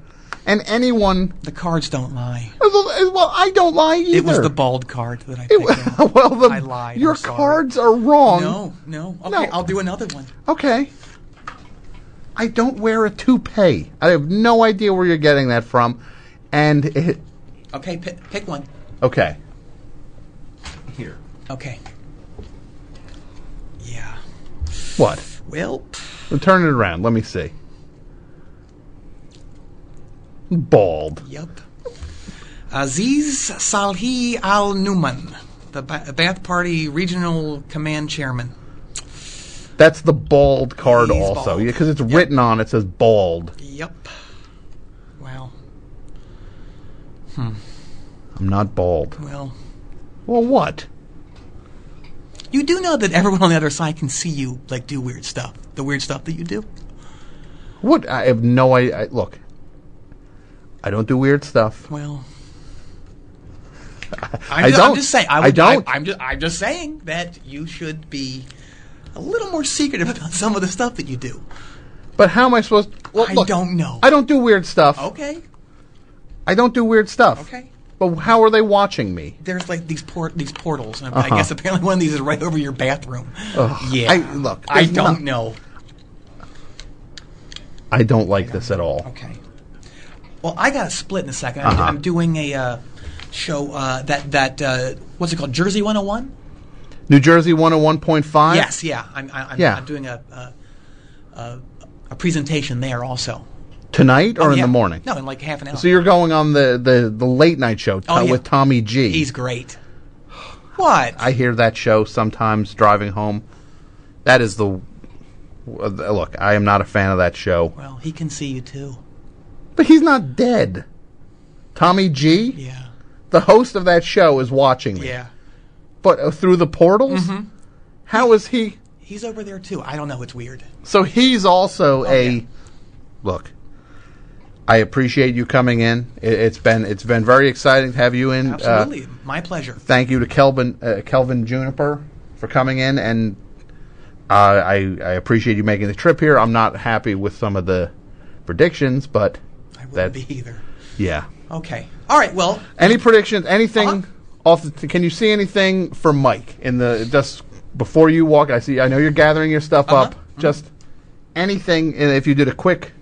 [SPEAKER 1] and anyone.
[SPEAKER 2] The cards don't lie.
[SPEAKER 1] Well, I don't lie either.
[SPEAKER 2] It was
[SPEAKER 1] *laughs*
[SPEAKER 2] the bald card that I
[SPEAKER 1] It
[SPEAKER 2] picked
[SPEAKER 1] wa- *laughs*
[SPEAKER 2] out.
[SPEAKER 1] well, the,
[SPEAKER 2] I lied,
[SPEAKER 1] Your
[SPEAKER 2] I'm sorry.
[SPEAKER 1] cards are wrong.
[SPEAKER 2] No, no. Okay,
[SPEAKER 1] No.
[SPEAKER 2] I'll do another one.
[SPEAKER 1] Okay. I don't wear a toupee. I have no idea where you're getting that from. And it,
[SPEAKER 2] Okay, pi pick one.
[SPEAKER 1] okay. Here.
[SPEAKER 2] Okay. Yeah.
[SPEAKER 1] What?
[SPEAKER 2] Well,
[SPEAKER 1] Well, turn it around. Let me see. Bald.
[SPEAKER 2] yep. Aziz Salhi Al Numan, the ba- Ba'ath Party Regional Command Chairman.
[SPEAKER 1] That's the bald card
[SPEAKER 2] He's
[SPEAKER 1] also.
[SPEAKER 2] bald.
[SPEAKER 1] Because it's
[SPEAKER 2] Yep.
[SPEAKER 1] written on it says bald.
[SPEAKER 2] Yep. Wow.
[SPEAKER 1] I'm not bald.
[SPEAKER 2] Well,
[SPEAKER 1] Well, what?
[SPEAKER 2] you do know that everyone on the other side can see you like do weird stuff. The weird stuff that you do.
[SPEAKER 1] What? I have no idea. I, look. I don't do weird stuff. *laughs*
[SPEAKER 2] Well,
[SPEAKER 1] I
[SPEAKER 2] I'm just,
[SPEAKER 1] don't.
[SPEAKER 2] I'm just saying.
[SPEAKER 1] I
[SPEAKER 2] I, would,
[SPEAKER 1] don't.
[SPEAKER 2] I, am just. I'm just saying that you should be a little more secretive about some of the stuff that you do.
[SPEAKER 1] But how am I supposed to. Well,
[SPEAKER 2] I
[SPEAKER 1] look,
[SPEAKER 2] don't know.
[SPEAKER 1] I don't do weird stuff.
[SPEAKER 2] Okay.
[SPEAKER 1] I don't do weird stuff.
[SPEAKER 2] Okay.
[SPEAKER 1] But how are they watching me?
[SPEAKER 2] There's like these port these portals, and
[SPEAKER 1] Uh-huh.
[SPEAKER 2] I guess apparently one of these is right over your bathroom. Yeah.
[SPEAKER 1] I- look,
[SPEAKER 2] I
[SPEAKER 1] there's
[SPEAKER 2] don't
[SPEAKER 1] no-
[SPEAKER 2] know.
[SPEAKER 1] I don't like this at all.
[SPEAKER 2] Okay. Well, I got to split in a 2nd
[SPEAKER 1] Uh-huh.
[SPEAKER 2] i I'm doing a uh, show uh, that that uh, what's it called? Jersey 101.
[SPEAKER 1] New Jersey 101.5?
[SPEAKER 2] Yes, yeah. I'm I, I'm,
[SPEAKER 1] Yeah.
[SPEAKER 2] I'm doing a, a, a a presentation there also.
[SPEAKER 1] Tonight or in
[SPEAKER 2] Oh, Yeah.
[SPEAKER 1] the morning?
[SPEAKER 2] No, in like half an hour.
[SPEAKER 1] So you're going on the, the, the late night show to-
[SPEAKER 2] Oh, yeah.
[SPEAKER 1] with Tommy G.
[SPEAKER 2] He's great. What?
[SPEAKER 1] I hear that show sometimes driving home. That is the. uh, Look, I am not a fan of that show.
[SPEAKER 2] well, he can see you too.
[SPEAKER 1] But he's not dead. Tommy G,
[SPEAKER 2] Yeah.
[SPEAKER 1] the host of that show, is watching me.
[SPEAKER 2] Yeah. Mm-hmm.
[SPEAKER 1] But uh, through the portals? How is he.
[SPEAKER 2] He's over there too. I don't know. It's weird.
[SPEAKER 1] So he's also a
[SPEAKER 2] Oh, yeah.
[SPEAKER 1] look. I appreciate you coming in. It, it's been it's been very exciting to have you in. Uh,
[SPEAKER 2] Absolutely. My pleasure.
[SPEAKER 1] thank you to Kelvin uh, Kelvin Juniper for coming in, and uh, I I appreciate you making the trip here. I'm not happy with some of the predictions, but
[SPEAKER 2] I wouldn't
[SPEAKER 1] that-
[SPEAKER 2] be either.
[SPEAKER 1] yeah.
[SPEAKER 2] Okay. All right. Well,
[SPEAKER 1] Any predictions? Anything
[SPEAKER 2] Uh-huh.
[SPEAKER 1] off? The, can you see anything for Mike in the just before you walk? I see. I know you're gathering your stuff
[SPEAKER 2] Uh-huh.
[SPEAKER 1] up. Just anything. And if you did a quick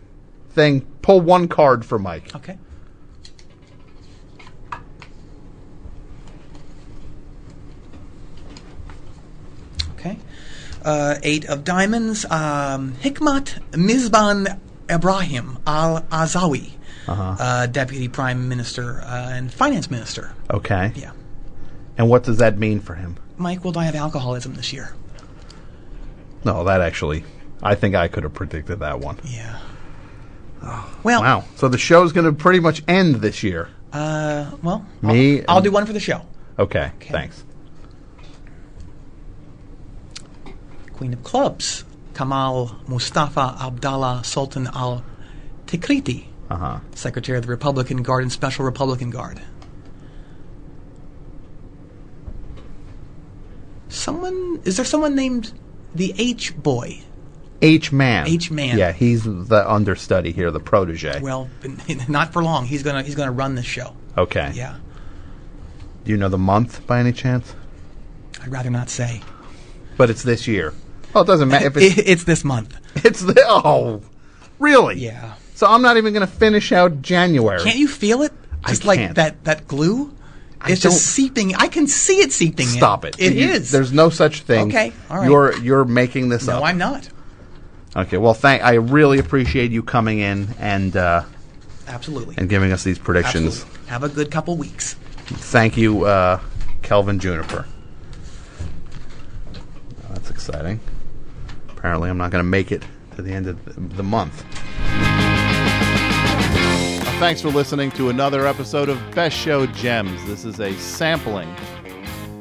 [SPEAKER 1] thing, pull one card for Mike.
[SPEAKER 2] okay. Okay. Uh, eight of diamonds. Um, Hikmat Mizban Ibrahim Al Azawi,
[SPEAKER 4] Uh-huh.
[SPEAKER 2] uh, deputy prime minister uh, and finance minister.
[SPEAKER 4] Okay.
[SPEAKER 2] Yeah.
[SPEAKER 4] And what does that mean for him?
[SPEAKER 2] Mike will die of alcoholism this year.
[SPEAKER 4] No, that actually, I think I could have predicted that one.
[SPEAKER 2] Yeah. Well,
[SPEAKER 4] Oh, Wow. So the show's going to pretty much end this year.
[SPEAKER 2] uh, well,
[SPEAKER 4] Me
[SPEAKER 2] I'll, I'll
[SPEAKER 4] and-
[SPEAKER 2] do one for the show.
[SPEAKER 4] Okay. Thanks.
[SPEAKER 2] Queen of Clubs, Kamal Mustafa Abdallah Sultan Al Tikriti,
[SPEAKER 4] Uh huh.
[SPEAKER 2] Secretary of the Republican Guard and Special Republican Guard. Someone is there someone named the H boy?
[SPEAKER 4] H man.
[SPEAKER 2] H. Mann.
[SPEAKER 4] Yeah, he's the understudy here, the protege.
[SPEAKER 2] Well, *laughs* not for long. He's gonna he's gonna run this show.
[SPEAKER 4] okay.
[SPEAKER 2] Yeah,
[SPEAKER 4] Do you know the month by any chance?
[SPEAKER 2] I'd rather not say.
[SPEAKER 4] But it's this year. Oh, it doesn't matter if it's
[SPEAKER 2] It, it's this month.
[SPEAKER 4] *laughs* it's the oh, really?
[SPEAKER 2] Yeah.
[SPEAKER 4] So I'm not even going to finish out January.
[SPEAKER 2] Can't you feel it?
[SPEAKER 4] I
[SPEAKER 2] Just like
[SPEAKER 4] can't.
[SPEAKER 2] that that glue. It's
[SPEAKER 4] don't-
[SPEAKER 2] just seeping. I can see it seeping. in.
[SPEAKER 4] Stop it.
[SPEAKER 2] It is.
[SPEAKER 4] You- There's no such thing.
[SPEAKER 2] Okay, all right.
[SPEAKER 4] You're you're making this up.
[SPEAKER 2] no, I'm not.
[SPEAKER 4] Okay. Well, thank. I really appreciate you coming in and uh,
[SPEAKER 2] Absolutely.
[SPEAKER 4] and giving us these predictions.
[SPEAKER 2] Absolutely. Have a good couple weeks.
[SPEAKER 4] Thank you, uh, Kelvin Juniper. That's exciting. Apparently, I'm not going to make it to the end of th- the month. Uh, Thanks for listening to another episode of Best Show Gems. This is a sampling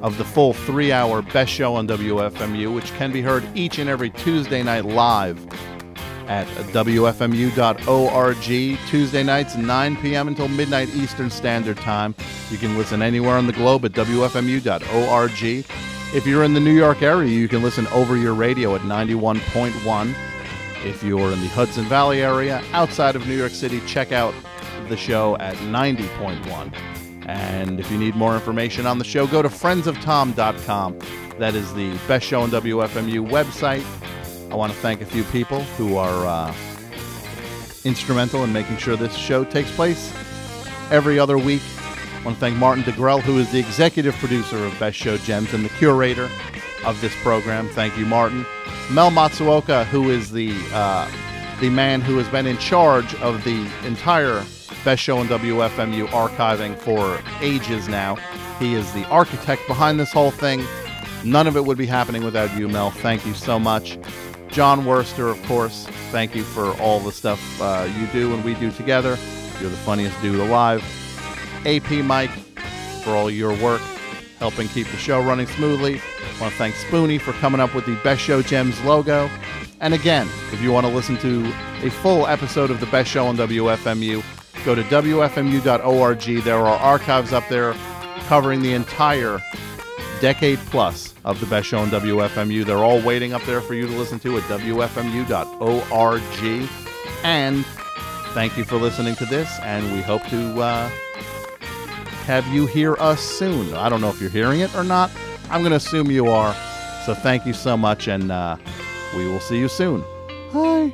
[SPEAKER 4] of the full three hour Best Show on WFMU, which can be heard each and every Tuesday night live at WFMU.org. Tuesday nights, 9 p.m. until midnight Eastern Standard Time. You can listen anywhere on the globe at WFMU.org. If you're in the New York area, you can listen over your radio at 91.1. If you're in the Hudson Valley area, outside of New York City, check out the show at 90.1. And if you need more information on the show, go to friendsoftom.com. That is the best show on WFMU website. I want to thank a few people who are uh, instrumental in making sure this show takes place every other week. I want to thank Martin DeGrell, who is the executive producer of Best Show Gems and the curator of this program. Thank you, Martin. Mel Matsuoka, who is the uh, the man who has been in charge of the entire Best Show on WFMU archiving for ages now. He is the architect behind this whole thing. None of it would be happening without you, Mel. Thank you so much. John Worster, of course, thank you for all the stuff uh, you do and we do together. You're the funniest dude alive. AP Mike for all your work helping keep the show running smoothly. I want to thank Spoonie for coming up with the Best Show Gems logo. And again, if you want to listen to a full episode of the Best Show on WFMU, go to WFMU.org. There are archives up there covering the entire decade plus of the best show on WFMU. They're all waiting up there for you to listen to at WFMU.org. And thank you for listening to this, and we hope to uh, have you hear us soon. I don't know if you're hearing it or not. I'm going to assume you are. So thank you so much, and uh, we will see you soon. Bye.